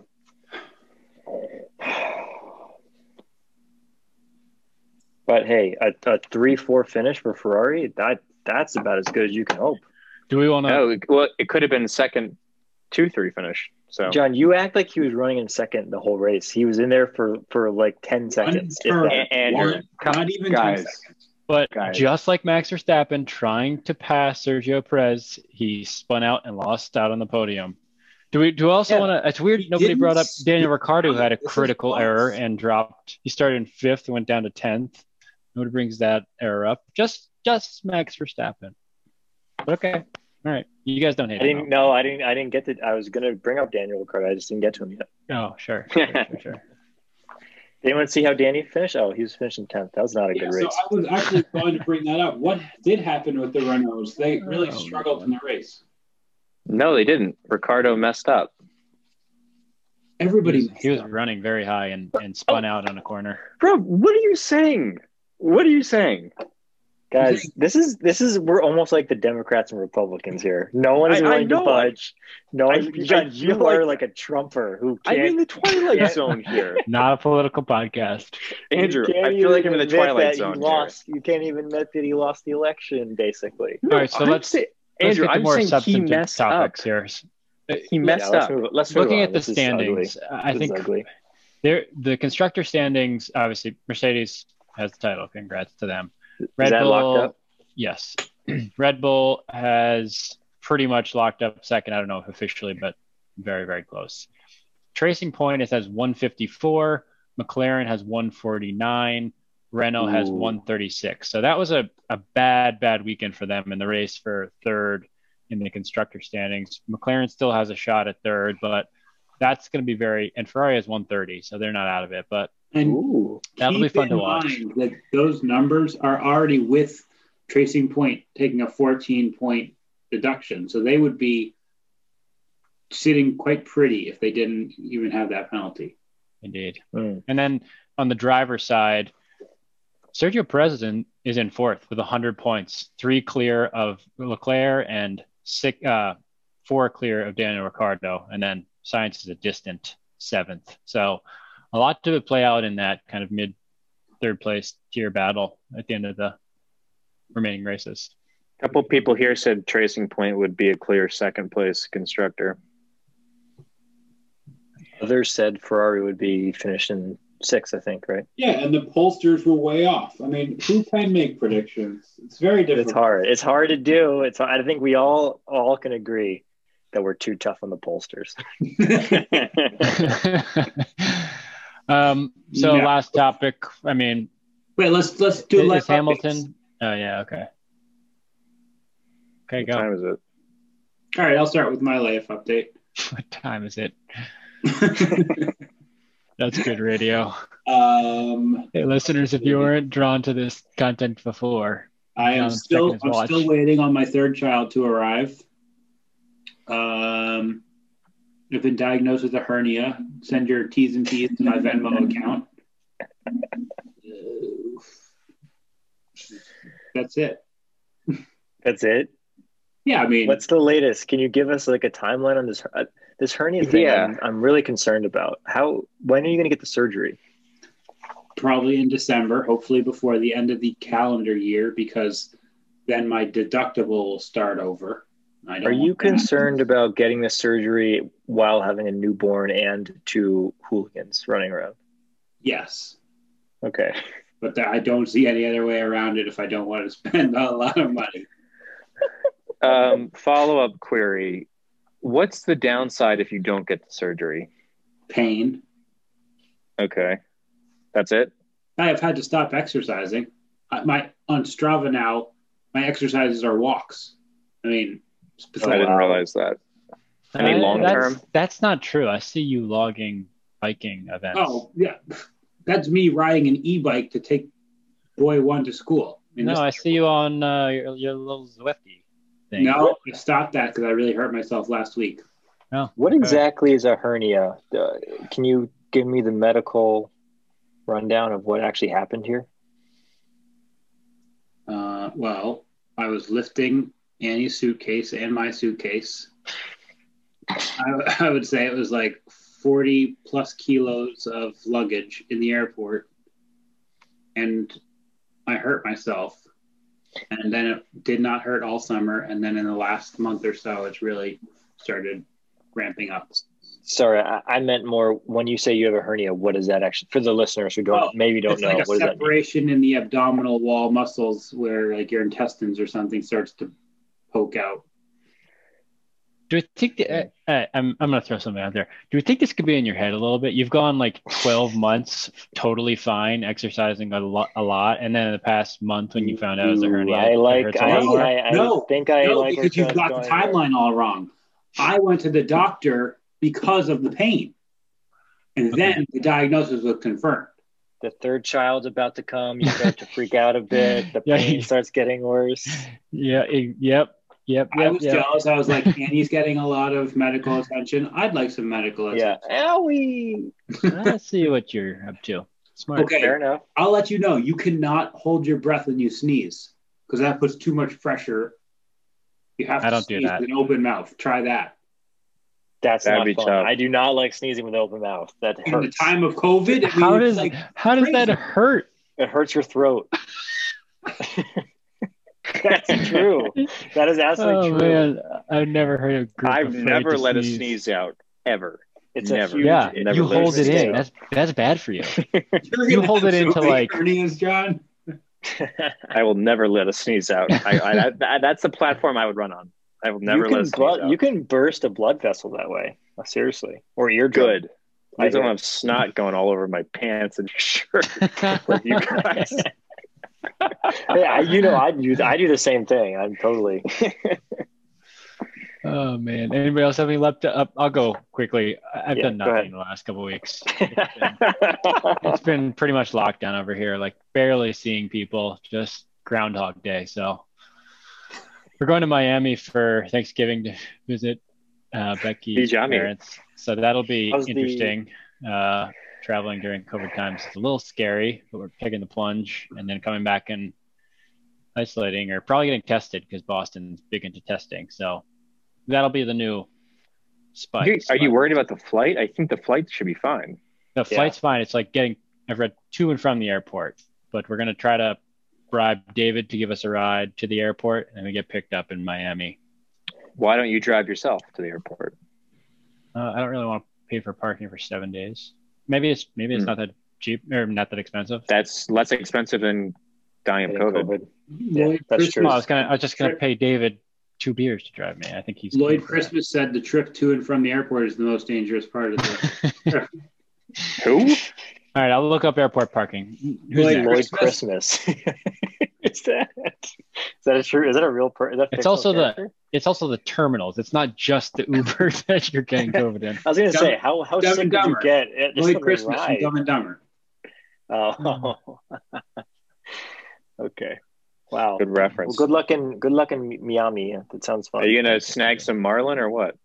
A: But hey, a, a three-four finish for Ferrari that that's about as good as you can hope.
C: Do we want to?
B: Oh, well, it could have been second, two three finish. So
A: John, you act like he was running in second the whole race. He was in there for for like ten seconds. if
D: turn.
A: that.
B: and
D: One, not even two
B: guys,
D: seconds.
C: but
B: guys.
C: just like Max Verstappen trying to pass Sergio Perez, he spun out and lost out on the podium. Do we? Do we also
A: Yeah.
C: want to? It's weird.
D: He
C: Nobody
D: didn't
C: brought up
D: s-
C: Daniel Ricciardo who had a
D: This is
C: critical
D: false.
C: error and dropped. He started in fifth and went down to tenth. Nobody brings that error up. Just just Max Verstappen. But okay, all right. You guys don't hate
A: I didn't
C: him.
A: know. I didn't. I didn't get to. I was gonna bring up Daniel Ricciardo. I just didn't get to him yet.
C: Oh, sure, sure, sure, sure.
A: Did anyone see how Danny finished? Oh, he was finishing tenth. That was not a
D: Yeah,
A: good
D: so
A: race.
D: I was actually going to bring that up. What did happen with the Renaults? They really
C: Oh,
D: struggled
C: man.
D: in the race.
B: no, they didn't. Ricardo messed up.
D: Everybody,
C: he was running very high and, and spun out on a corner.
B: Bro, what are you saying? What are you saying?
A: Guys, this is this is we're almost like the Democrats and Republicans here. No one is
B: I- I
A: willing to
B: know.
A: budge. No
B: I-
A: one. John,
B: I
A: you
B: feel
A: are like a Trumper who
B: I'm
A: can't.
B: in the twilight
A: Yeah.
B: zone here,
C: Not a political podcast.
A: you
B: Andrew.
A: can't
B: I feel like I'm
A: even
B: in the
A: admit
B: twilight
A: that
B: zone.
A: You
B: Here.
A: lost. You can't even admit that he lost the election. Basically,
B: No,
C: All right, so
B: I'm
C: let's-
B: say-
C: Let's
B: Andrew.
C: get to
B: I'm
C: more
B: saying he
C: substantive
B: messed
C: topics
B: up.
C: here.
B: He messed
A: Yeah, let's
B: up.
A: move- let's move
C: Looking
A: on.
C: at the
A: This is ugly.
C: standings, I
A: This
C: think
A: is ugly.
C: There, the constructor standings, obviously, Mercedes has the title. Congrats to them. Red
A: is that
C: Bull,
A: locked up?
C: yes. Red Bull has pretty much locked up second. I don't know if officially, but very, very close. Tracing Point is has 154. McLaren has 149. Renault has
A: Ooh.
C: 136. So that was a, a bad, bad weekend for them in the race for third in the constructor standings. McLaren still has a shot at third, but that's going to be very. And Ferrari has 130, so they're not out of it. But
D: and
A: Ooh.
C: that'll
D: keep
C: be fun to
D: in
C: watch.
D: mind That those numbers are already with Tracing Point taking a 14 point deduction, so they would be sitting quite pretty if they didn't even have that penalty.
C: Indeed.
A: Mm.
C: And then on the driver side, Sergio Perez is in, is in fourth with 100 points, three clear of Leclerc and six, uh, four clear of Daniel Ricciardo. And then Science is a distant seventh. So a lot to play out in that kind of mid third place tier battle at the end of the remaining races.
B: A couple people here said Tracing Point would be a clear second place constructor.
A: Others said Ferrari would be finishing sixth. I think. Right.
D: Yeah, and the pollsters were way off. I mean, who can make predictions? It's very
A: It's hard. It's hard to do. It's. I think we all all can agree that we're too tough on the pollsters.
C: um, so
D: Yeah.
C: last topic, I mean,
D: Wait, let's let's do
C: is,
D: live updates.
C: Hamilton? Oh yeah, okay. Okay,
B: What
C: go.
B: time is it?
D: All right, I'll start with my life update.
C: What time is it? That's good radio.
D: um,
C: Hey, listeners, if you weren't drawn to this content before,
D: I am
C: Um,
D: still
C: second is
D: I'm
C: watch.
D: still waiting on my third child to arrive. Um, I've been diagnosed with a hernia. Send your T's and P's to my Venmo account. Uh, That's it.
A: That's it.
D: Yeah, I mean,
A: What's the latest? Can you give us like a timeline on this uh, this hernia thing?
B: Yeah.
A: I'm, I'm really concerned about. How? When are you going to get the surgery?
D: probably in December, hopefully before the end of the calendar year, because then my deductible will start over. I don't
A: Are you
D: want that.
A: concerned about getting the surgery while having a newborn and two hooligans running around?
D: Yes,
A: Okay.
D: but that I don't see any other way around it if I don't want to spend a lot of money.
B: Um, follow up query: What's the downside if you don't get the surgery?
D: Pain.
B: Okay, that's it.
D: I have had to stop exercising. I, my on Strava now, my exercises are walks. I mean, it's
B: I
D: pathetic.
B: didn't realize that. Any
C: Uh,
B: long
C: that's-
B: term?
C: That's not true. I see you logging biking events.
D: oh yeah, that's me riding an e-bike to take boy one to school. I mean,
C: no,
D: this-
C: I see you on uh, your, your little Zwifty thing.
D: no, I stopped that because I really hurt myself last week.
A: What
C: Oh, Okay.
A: exactly is a hernia? Uh, can you give me the medical rundown of what actually happened here?
D: Uh, well, I was lifting Annie's suitcase and my suitcase. I, I would say it was like 40 plus kilos of luggage in the airport. And I hurt myself. And then it did not hurt all summer. And then in the last month or so, it's really started ramping up.
A: Sorry, I, I meant more when you say you have a hernia. What is that actually for the listeners who don't
D: Oh,
A: maybe don't
D: it's
A: know?
D: like a
A: what does that mean?
D: separation in the abdominal wall muscles where like your intestines or something starts to poke out.
C: Do we think that uh, uh, I'm I'm gonna throw something out there? Do we think this could be in your head a little bit? You've gone like 12 months totally fine, exercising a lot, a lot, and then in the past month when you found out it was a hernia,
A: I
C: it
A: like.
C: hurts a
A: I,
C: lot more.
A: I, I
D: No,
A: think I
D: no,
A: like. where
D: because you've
A: Sean's
D: got the
A: going there.
D: timeline all wrong. I went to the doctor because of the pain. And then the diagnosis was confirmed.
A: The third child's about to come. You start to freak out a bit. The
C: Yeah,
A: pain
C: you-
A: starts getting worse.
C: yeah, it- yep, yep,
D: I
C: yep,
D: was
C: yep.
D: jealous. I was like, Annie's getting a lot of medical attention. I'd like some medical
A: Yeah.
D: attention.
A: Owie.
C: I see what you're up to. Smart.
D: Okay.
A: Fair enough.
D: I'll let you know you cannot hold your breath when you sneeze because that puts too much pressure. You have
C: I
D: to
C: don't do
D: sneeze
C: that.
D: with an open mouth. Try that.
A: That's
B: That'd
A: not
B: be
A: fun.
B: tough.
A: I do not like sneezing with an open mouth. That
D: In the
A: hurts.
D: time of COVID, I mean,
C: How
D: it's
C: does
D: like,
C: how does that
D: crazy.
C: hurt?
A: It hurts your throat. That's true. That is absolutely
C: oh
A: true.
C: man, I've never heard of. group
B: I've
C: afraid
B: never
C: to
B: let
C: sneeze.
B: a sneeze out ever.
A: It's
B: Never.
A: a huge.
C: Yeah,
B: Never
C: you
B: let it
C: hold it
A: sneeze
C: in.
A: out.
C: That's that's bad for you.
D: you're
C: you
D: gonna
C: hold
D: have
C: it
D: so
C: into,
D: many
C: like-
D: hernias, John.
B: I will never let a sneeze out. I, I, that- that's the platform I would run on. I will never
A: you
B: let
A: can
B: a sneeze
A: bu-
B: out.
A: You can burst a blood vessel that way. Seriously, or you're
B: Good. I
A: I
B: don't
A: hear.
B: have snot going all over my pants and shirt like you guys.
A: yeah, you know, I do. I do the same thing. I'm totally.
C: Oh man! Anybody else have any left up? I'll go quickly. I- I've
A: Yeah,
C: done
A: go
C: nothing
A: ahead.
C: in the last couple weeks. It's been, it's been pretty much lockdown over here, like barely seeing people. Just Groundhog Day. So we're going to Miami for Thanksgiving to visit uh, Becky's
B: Bijami.
C: parents. So that'll be
A: How's the-
C: interesting. Uh, traveling during COVID times is a little scary, but we're taking the plunge and then coming back and isolating or probably getting tested because Boston's big into testing. So that'll be the new spike.
B: You- Are you
C: But
B: worried about the flight? I think the flight should be fine.
C: The flight's fine. It's like getting, I've read to and from the airport, but we're going to try to bribe David to give us a ride to the airport and then we get picked up in Miami.
B: Why don't you drive yourself to the airport?
C: Uh, I don't really want to pay for parking for seven days. Maybe it's, maybe it's
B: Hmm.
C: not that cheap or not that expensive.
B: That's less expensive than dying of COVID.
A: Yeah, that's true.
C: Well, I was gonna. I was just gonna pay David two beers to drive me. I think he's game
D: Lloyd
C: for that.
D: Christmas said the trip to and from the airport is the most dangerous part of the.
B: Who?
C: All right, I'll look up airport parking. Who's
D: Lloyd
C: next?
A: Lloyd
D: Christmas.
A: Christmas. is that? Is that a true? Is that a real? Per- is that a
C: It's
A: fictional
C: also the-
A: character?
C: It's also the terminals. It's not just the Uber that you're getting COVID in.
A: I was going to
D: Dumb-
A: say how how
D: Dumb and
A: sick did you
D: Dumber.
A: get? at just
D: Lloyd
A: on the
D: Christmas from
A: ride?
D: Dumb and Dumber.
A: Oh. okay. Wow.
B: Good
A: Well,
B: reference.
A: good luck in good luck in Mi- Miami. That sounds fun.
B: Are you gonna snag some marlin or what?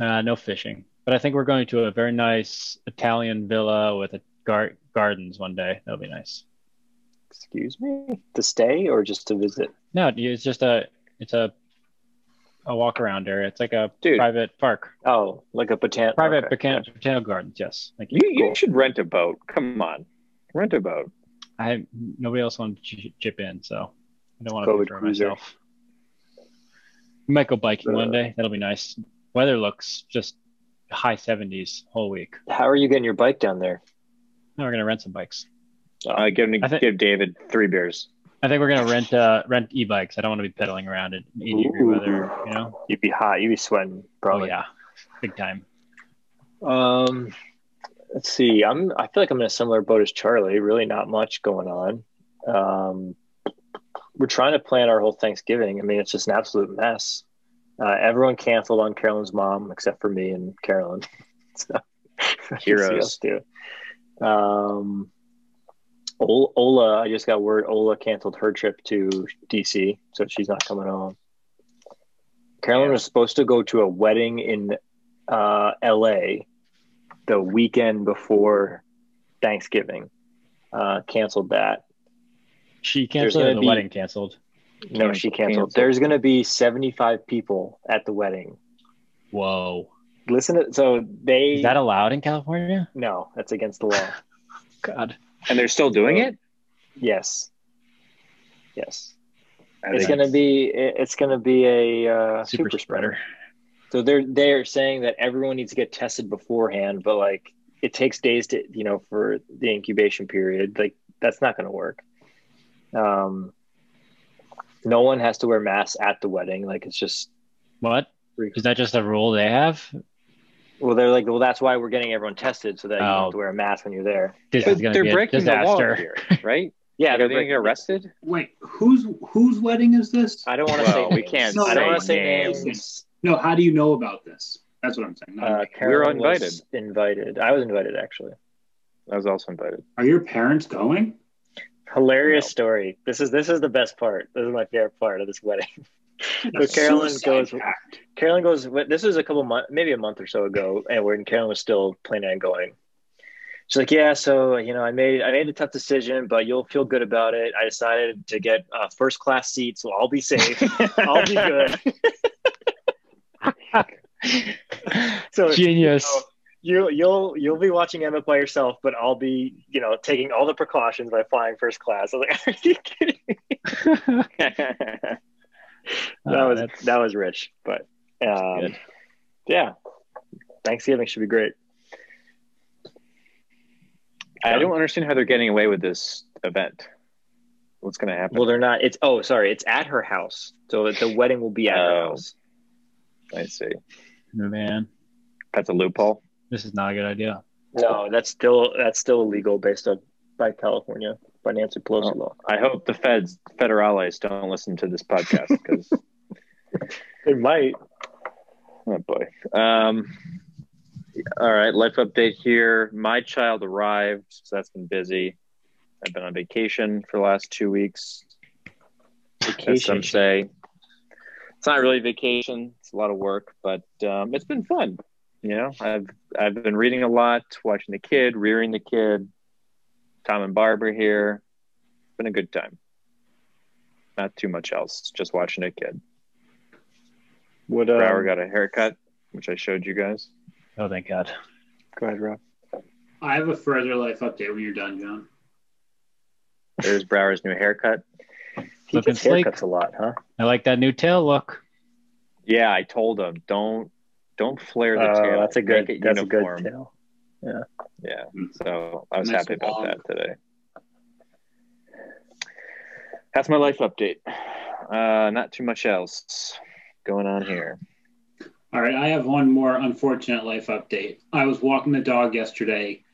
C: Uh, no fishing, but I think we're going to a very nice Italian villa with a gar- gardens one day. That'll be nice.
A: Excuse me. To stay or just to visit?
C: No, it's just a it's a a walk around area. It's like a
B: Dude.
C: private park,
A: Oh, like a botan-
C: private
A: okay.
C: botan- botanical gardens. Yes, thank you.
B: You you
A: Cool.
B: should rent a boat. Come on, rent a boat.
C: I nobody else wanted to ch- chip in, so I don't want
A: COVID
C: to throw
A: cruiser.
C: myself. We might go biking
A: Uh,
C: one day. That'll be nice. Weather looks just high seventies whole week.
A: How are you getting your bike down there?
C: Now we're gonna rent some bikes.
B: Uh, give
C: I thi-
B: give David three beers.
C: I think we're gonna rent uh, rent e bikes. I don't want to be pedaling around in eighty degree
A: Ooh.
C: weather. You know?
A: You'd be hot. You'd be sweating.
C: Oh
A: Probably.
C: yeah, big time.
A: Um, let's see. I'm. I feel like I'm in a similar boat as Charlie. Really, not much going on. Um, we're trying to plan our whole Thanksgiving. I mean, it's just an absolute mess. Uh, everyone canceled on Carolyn's mom except for me and Carolyn. so,
B: Heroes.
A: Let's do. Um, Ol- Ola, I just got word Ola canceled her trip to DC, so she's not coming home. Carolyn was supposed to go to a wedding in uh, LA the weekend before Thanksgiving. Uh, canceled that.
C: She
A: There's
C: canceled or
A: gonna
C: the
A: be-
C: wedding canceled.
A: No, she canceled. There's going to be 75 people at the wedding.
C: Whoa.
A: Listen, to, so they
C: Is that allowed in California?
A: no, that's against the law.
C: God.
B: and they're still doing it.
A: yes, yes.
B: I
A: It's
B: think-
A: going to be it- it's going to be a uh,
C: Super, spreader.
A: So they're they're saying that everyone needs to get tested beforehand, but like it takes days to you know for the incubation period. Like that's not going to work. Um, no one has to wear masks at the wedding. Like it's just
C: What? Is that just a rule they have?
A: well, they're like well, that's why we're getting everyone tested so that you don't
C: Oh.
A: have to wear a mask when you're there.
C: This
B: But
C: is going to
B: they're
C: be a
B: breaking the law
C: disaster.
B: here, right?
A: Yeah,
B: Like, are
A: they're
B: they going to
A: breaking-
B: get arrested?
D: Wait, whose whose wedding is this?
A: I don't want to
B: Well,
A: say
B: we
A: names.
B: can't
A: I don't
D: say
A: want to say
D: names.
A: names.
D: No, how do you know about this? That's what I'm saying.
A: Uh,
B: We were
A: Carolyn was
B: invited.
A: invited. I was invited actually.
B: I was also invited.
A: Uh,
D: Are your parents going?
A: Hilarious
B: No.
A: story. This is this is the best part. This is my favorite part of this wedding. So Carolyn
D: Suicide
A: goes-
D: pact.
A: Carolyn goes. This was a couple months, maybe a month or so ago, and when Carolyn was still planning on going, she's like, "Yeah, so you know, I made I made a tough decision, but you'll feel good about it. I decided to get uh, first class seats, so I'll be safe. I'll be good." so
C: Genius. Oh,
A: you you'll you'll be watching Emma by yourself, but I'll be you know taking all the precautions by flying first class. I was like, "Are you kidding?" that
C: Oh,
A: was
C: that's-
A: that was rich, but um,
B: good.
A: yeah, Thanksgiving should be great.
B: I don't understand how they're getting away with this event. What's going to happen?
A: Well, they're not. It's oh, sorry, it's at her house, so that the wedding will be at her
B: Oh.
A: house.
B: I see.
C: Man,
B: That's a loophole.
C: this is not a good idea.
A: No, that's still that's still illegal based on by California by Nancy Pelosi law.
B: I hope the feds, federales, don't listen to this podcast because,
A: It might.
B: oh boy. Um, all right, life update here. My child arrived, so that's been busy. I've been on vacation for the last two weeks, as some say. It's not really vacation; it's a lot of work, but um, it's been fun. You know, I've I've been reading a lot, watching the kid, rearing the kid. Tom and Barbara here. It's been a good time. Not too much else, just watching a kid.
A: What?
B: Brower got a haircut, which I showed you guys.
C: Oh, thank God.
A: go ahead, Rob.
D: I have a further life update when you're done, John.
B: There's Brower's new haircut.
A: He
C: Flip
A: gets
C: and slake.
A: haircuts a lot, huh?
C: I like that new tail look.
B: Yeah, I told him don't don't flare the
A: Oh,
B: tail.
A: that's a
B: Make
A: good.
B: it
A: That's
B: uniform.
A: a good tale.
B: Yeah.
D: Mm.
B: So I was
D: Nice
B: happy about
D: log.
B: that today. That's my life update. Uh, not too much else going on here.
D: All right, I have one more unfortunate life update. I was walking the dog yesterday,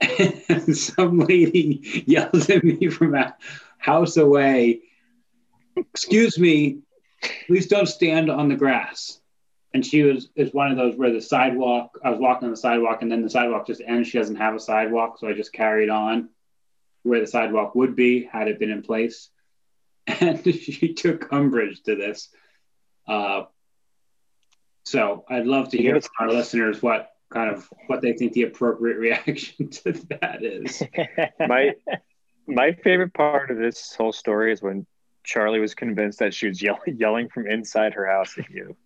D: and some lady yells at me from a house away, "Excuse me, please don't stand on the grass." And she was is one of those where the sidewalk. I was walking on the sidewalk, and then the sidewalk just ends. She doesn't have a sidewalk, so I just carried on where the sidewalk would be had it been in place. And she took umbrage to this. Uh, so I'd love to hear from our listeners what kind of what they think the appropriate reaction to that is.
B: My my favorite part of this whole story is when Charlie was convinced that she was yell- yelling from inside her house at you.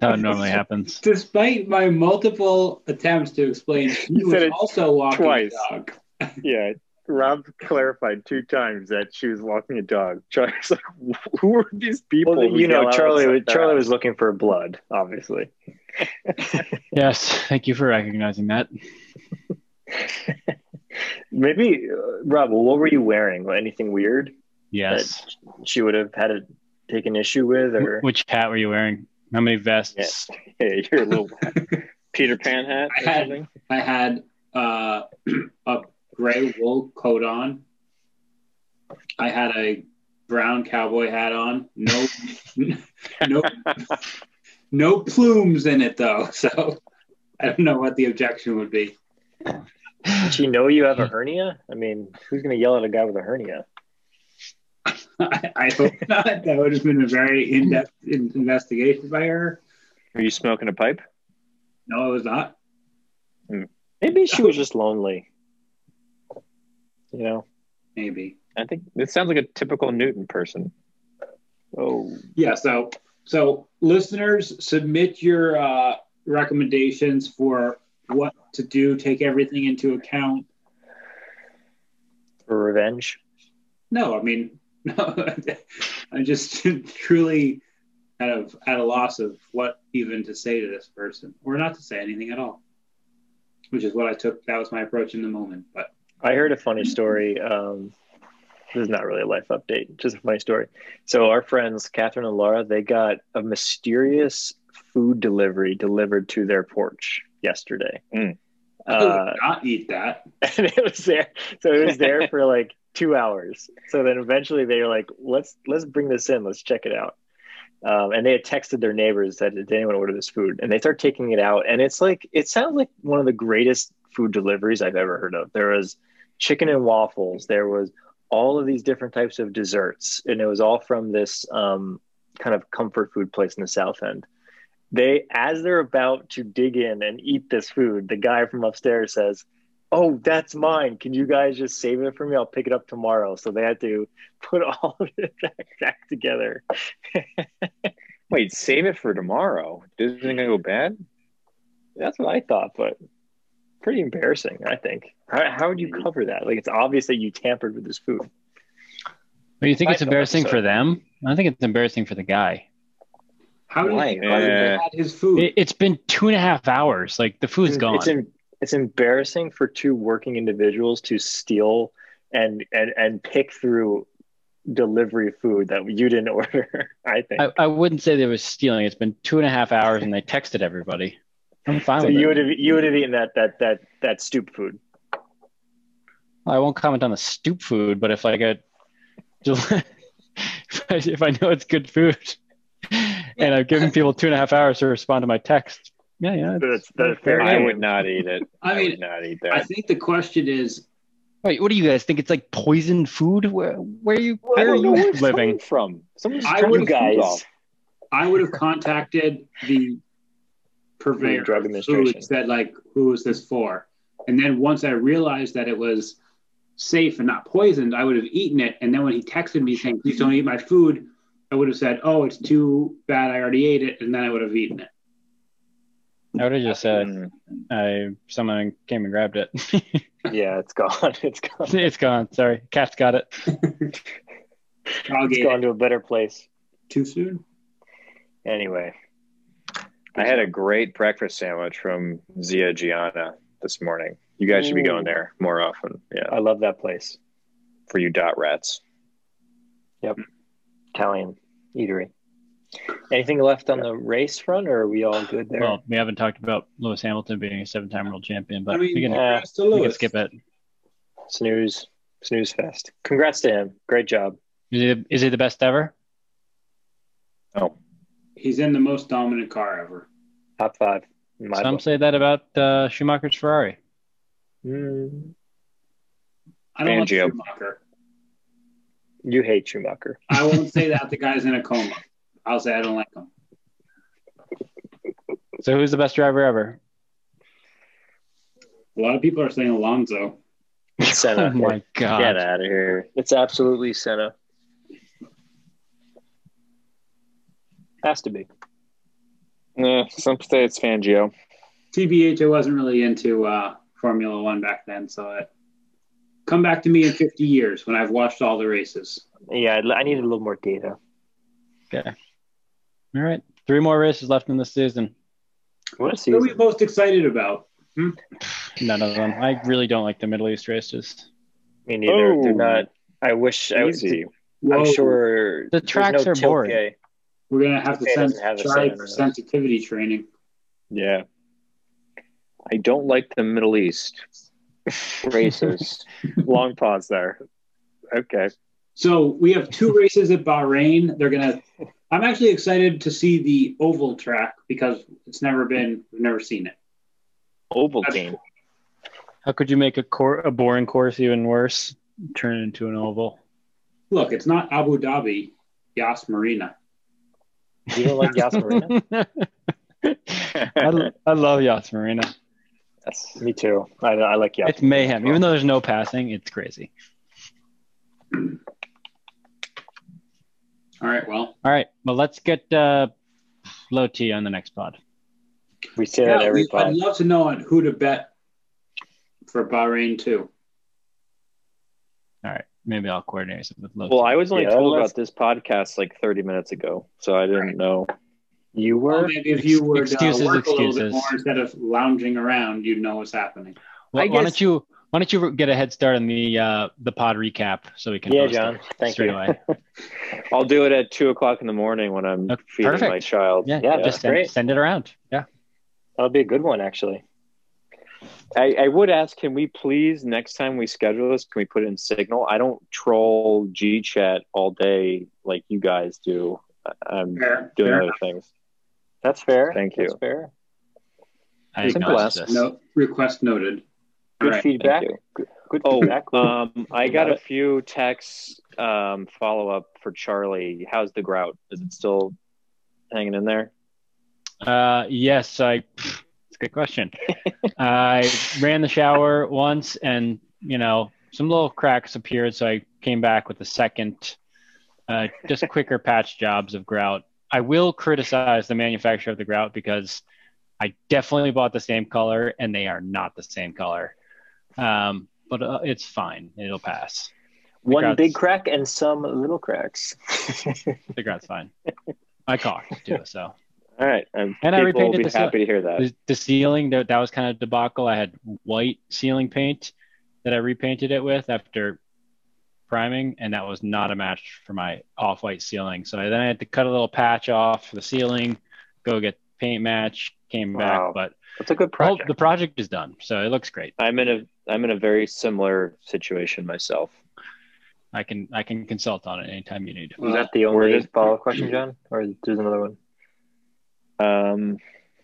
C: That normally happens.
D: Despite my multiple attempts to explain, he
B: You
D: was
B: said it
D: also walking
B: twice.
D: the dog.
B: Yeah, Rob clarified two times that she was walking a dog. Charlie's like, "Who are these people?"
A: Well,
B: who
A: you know,
B: yell
A: Charlie.
B: outside
A: Was,
B: their
A: Charlie
B: house?"
A: was looking for blood, obviously.
C: Yes, thank you for recognizing that.
A: Maybe, uh, Rob. What were you wearing? Anything weird
C: Yes.
A: she would have had to take an issue with,
C: Wh-
A: or
C: Which hat were you wearing? How many vests?
B: Yes. Hey, you're a little Peter Pan hat.
D: I had- I had uh, a gray wool coat on. I had a brown cowboy hat on. No, no, no plumes in it though. So I don't know what the objection would be.
A: did she know you have a hernia? I mean, who's going to yell at a guy with a hernia?
D: I, I hope not. That would have been a very in-depth in- investigation by her.
B: Are you smoking a pipe?
D: No, it was not.
A: Maybe she was just lonely. You know,
D: Maybe.
B: I think this sounds like a typical Newton person. Oh,
D: yeah so so listeners submit your uh, recommendations for what to do take everything into account
A: For revenge.
D: no i mean no i'm just truly kind of at a loss of what even to say to this person or not to say anything at all which is what i took that was my approach in the moment but
A: I heard a funny story. Um, this is not really a life update, just a funny story. So our friends Catherine and Laura, they got a mysterious food delivery delivered to their porch yesterday.
B: Mm.
D: i would
A: Uh,
D: not eat that
A: and it was there, so it was there for like two hours. So then eventually they were like, "Let's let's bring this in. Let's check it out." Um, and they had texted their neighbors that did anyone order this food, and they start taking it out, and it's like it sounds like one of the greatest food deliveries I've ever heard of. There was chicken and waffles. There was all of these different types of desserts, and it was all from this um, kind of comfort food place in the South End. They, as they're about to dig in and eat this food, the guy from upstairs says, "Oh, that's mine. Can you guys just save it for me? I'll pick it up tomorrow." So they had to put all of it back, back together.
B: wait, save it for tomorrow. Isn't it gonna go bad?
A: That's what I thought, but pretty embarrassing, I think. How, how would you cover that? Like, it's obvious that you tampered with this food.
C: But you think
A: I
C: it's
A: thought
C: embarrassing
A: so.
C: for them? I think it's embarrassing for the guy.
D: how did
A: Why?
D: he how did they
B: Uh,
D: had his food
C: It, it's been two and a half hours. Like the food's gone.
A: It's, em- it's embarrassing for two working individuals to steal and, and, and pick through delivery food that you didn't order, I think.
C: I, I wouldn't say they was stealing. It's been two and a half hours, and they texted everybody. I'm fine
A: so
C: with
A: you
C: it.
A: would have you would have eaten that that that that stoop food.
C: I won't comment on the stoop food, but if like a, if I, if I know it's good food, and I've given people two and a half hours to respond to my text, yeah, yeah,
A: That's,
C: it's-
A: that's fair.
B: I
A: game.
B: would not eat it.
D: i
B: I
D: mean
B: would not eat
D: I
B: that.
D: think the question is
C: Wait, what do you guys think? It's like poisoned food? Where where are you
B: I
C: where are
B: don't know
C: you
B: where it's coming
C: living?
B: from. Someone's
D: I
B: trying to
D: would
A: You
D: have
B: guys.
A: guys.
B: Off.
D: I would have contacted the purveyor
A: The Drug
D: of
A: Administration.
D: food and said like, "Who is this for?" And then once I realized that it was safe and not poisoned, I would have eaten it. And then when he texted me saying, "Please don't eat my food," I would have said, "Oh, it's too bad. I already ate it," and then I would have eaten it.
C: I would have just said
B: Mm.
C: I someone came and grabbed it.
A: Yeah, it's gone. It's gone.
C: it's gone. Sorry, cat's got it.
D: Dog
A: It's
D: ate
A: gone
D: it
A: to a better place.
D: too soon.
A: Anyway,
B: I had a great breakfast sandwich from Zia Gianna this morning. You guys should be going there more often. Yeah,
A: I love that place.
B: for you dot rats.
A: Italian eatery. Anything left on the race front, or are we all good there?
C: Well, we haven't talked about Lewis Hamilton being a seven-time world champion, but
D: I mean,
C: we
A: Uh,
C: can
D: congrats to
C: we can
D: Lewis.
C: skip it.
A: snooze, snooze fest. Congrats to him. Great job.
C: Is he, is he the best ever?
B: Oh,
D: He's in the most dominant car ever.
A: Top five. in my
C: Some
A: book.
C: say that about uh, Schumacher's Ferrari.
A: Mm,
D: I don't like
B: Fangio.
D: Schumacher.
A: you hate Schumacher.
D: I won't say that the guy's in a coma. I'll say I don't like him.
C: So who's the best driver ever?
D: A lot of people are saying Alonso.
C: Oh
A: Senna.
C: my god!
B: get out of here.
A: It's absolutely Senna. Has to be.
B: Eh, some say it's Fangio.
D: TBH, I wasn't really into uh, Formula One back then, so it, come back to me in 50 years when I've watched all the races.
A: Yeah, I'd- I need a little more data.
C: All right, three more races left in the season.
A: What a
D: What are we
A: season.
D: most excited about?
C: None of them. I really don't like the Middle East races.
A: Me neither.
B: Oh.
A: They're not. I wish. I,
B: Easy.
A: I'm
D: Whoa,
A: sure
C: The
A: there's
C: tracks
A: no
C: are boring.
A: tilke.
D: We're going to have to
A: Okay,
D: send
A: doesn't have a
D: try
A: say
D: for
A: in
D: sensitivity training.
B: Yeah. I don't like the Middle East races. Long pause there. Okay.
D: So we have two races at Bahrain. They're going to, I'm actually excited to see the oval track because it's never been, we've never seen it.
B: Ovaltine.
C: How could you make a cor- a boring course even worse? Turn it into an oval.
D: Look, it's not Abu Dhabi, Yas Marina.
A: You don't like Yas Marina?
C: I, l- I love Yas Marina.
A: Yes, me too. I, I like Yas.
C: It's mayhem. Even though there's no passing, it's crazy.
D: All right. Well,
C: All right. Well, let's get uh, low T on the next pod.
A: We say that
D: yeah,
A: every
D: we- I'd
A: pod.
D: love to know on who to bet for Bahrain too.
C: All right. Maybe I'll coordinate something with low
B: Well, I was only
A: Yeah,
B: told
A: let's-
B: about this podcast like 30 minutes ago, so I didn't know.
A: You
D: Well,
A: were
D: maybe if you would
C: Excuses,
D: uh, work a little bit
C: excuses.
D: more instead of lounging around, you'd know what's happening.
C: Why,
B: I
C: why
B: guess-
C: don't you why don't you get a head start on the uh, the pod recap so we can
A: yeah,
C: post it
A: John. Thank
C: straight
A: you.
C: away.
B: I'll do it at two o'clock in the morning when I'm
C: Okay,
B: feeding
C: perfect.
B: my child.
C: Yeah,
A: Yeah,
C: just
A: great.
C: send, send it around. Yeah.
A: That'll be a good one, actually.
B: I, I would ask, can we please next time we schedule this, can we put it in Signal? I don't troll G Chat all day like you guys do. I- I'm
D: Fair,
B: doing
D: fair.
B: other things.
A: That's fair.
B: Thank
A: That's
B: you.
A: fair.
C: I
B: Simple
C: acknowledge
B: ask.
C: this.
D: No request noted. All
A: Good
D: right.
A: feedback.
B: you.
A: Good, good
B: Oh,
A: feedback.
B: Um, I
A: About
B: got a
A: it.
B: few texts um, follow up for Charlie. How's the grout? Is it still hanging in there?
C: Uh, yes, I. It's a good question. I ran the shower once, and you know some little cracks appeared, so I came back with a second, uh, just quicker patch jobs of grout. I will criticize the manufacturer of the grout because I definitely bought the same color, and they are not the same color. Um, but uh, it's fine; it'll pass.
A: One
C: Congrats.
A: big crack and some little cracks.
C: The grout's fine. I caulked too, so
B: All right. And,
C: And
B: people
C: I
B: will
C: repainted
B: be
C: the
B: happy to hear that.
C: the, the ceiling that that was kind of debacle. I had white ceiling paint that I repainted it with after priming, and that was not a match for my off-white ceiling. So then I had to cut a little patch off for the ceiling, go get paint match, came
B: Wow.
C: back, but
B: That's a good
C: well,
B: project.
C: the project is done, so it looks great.
B: I'm in a I'm in a very similar situation myself.
C: I can I can consult on it anytime you need.
A: Was
B: Mm.
D: Well,
A: that the
B: Where
A: only
B: is-
A: follow up question, John? Or there's another one?
B: Um,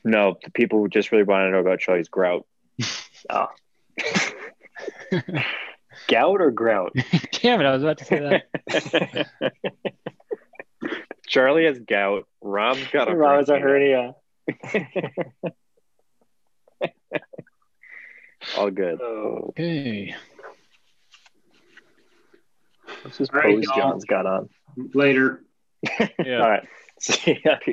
B: no, the people who just really want to know about Charlie's grout.
A: Gout or grout?
C: Damn it! I was about to say that.
B: Charlie has gout. Rob's got a
A: Rob is a
B: hernia.
A: hernia.
B: All good.
A: Oh,
C: Okay.
A: this is
D: All right,
A: pose
D: y'all.
A: John's got on.
D: Later.
C: Yeah.
A: All right. See ya.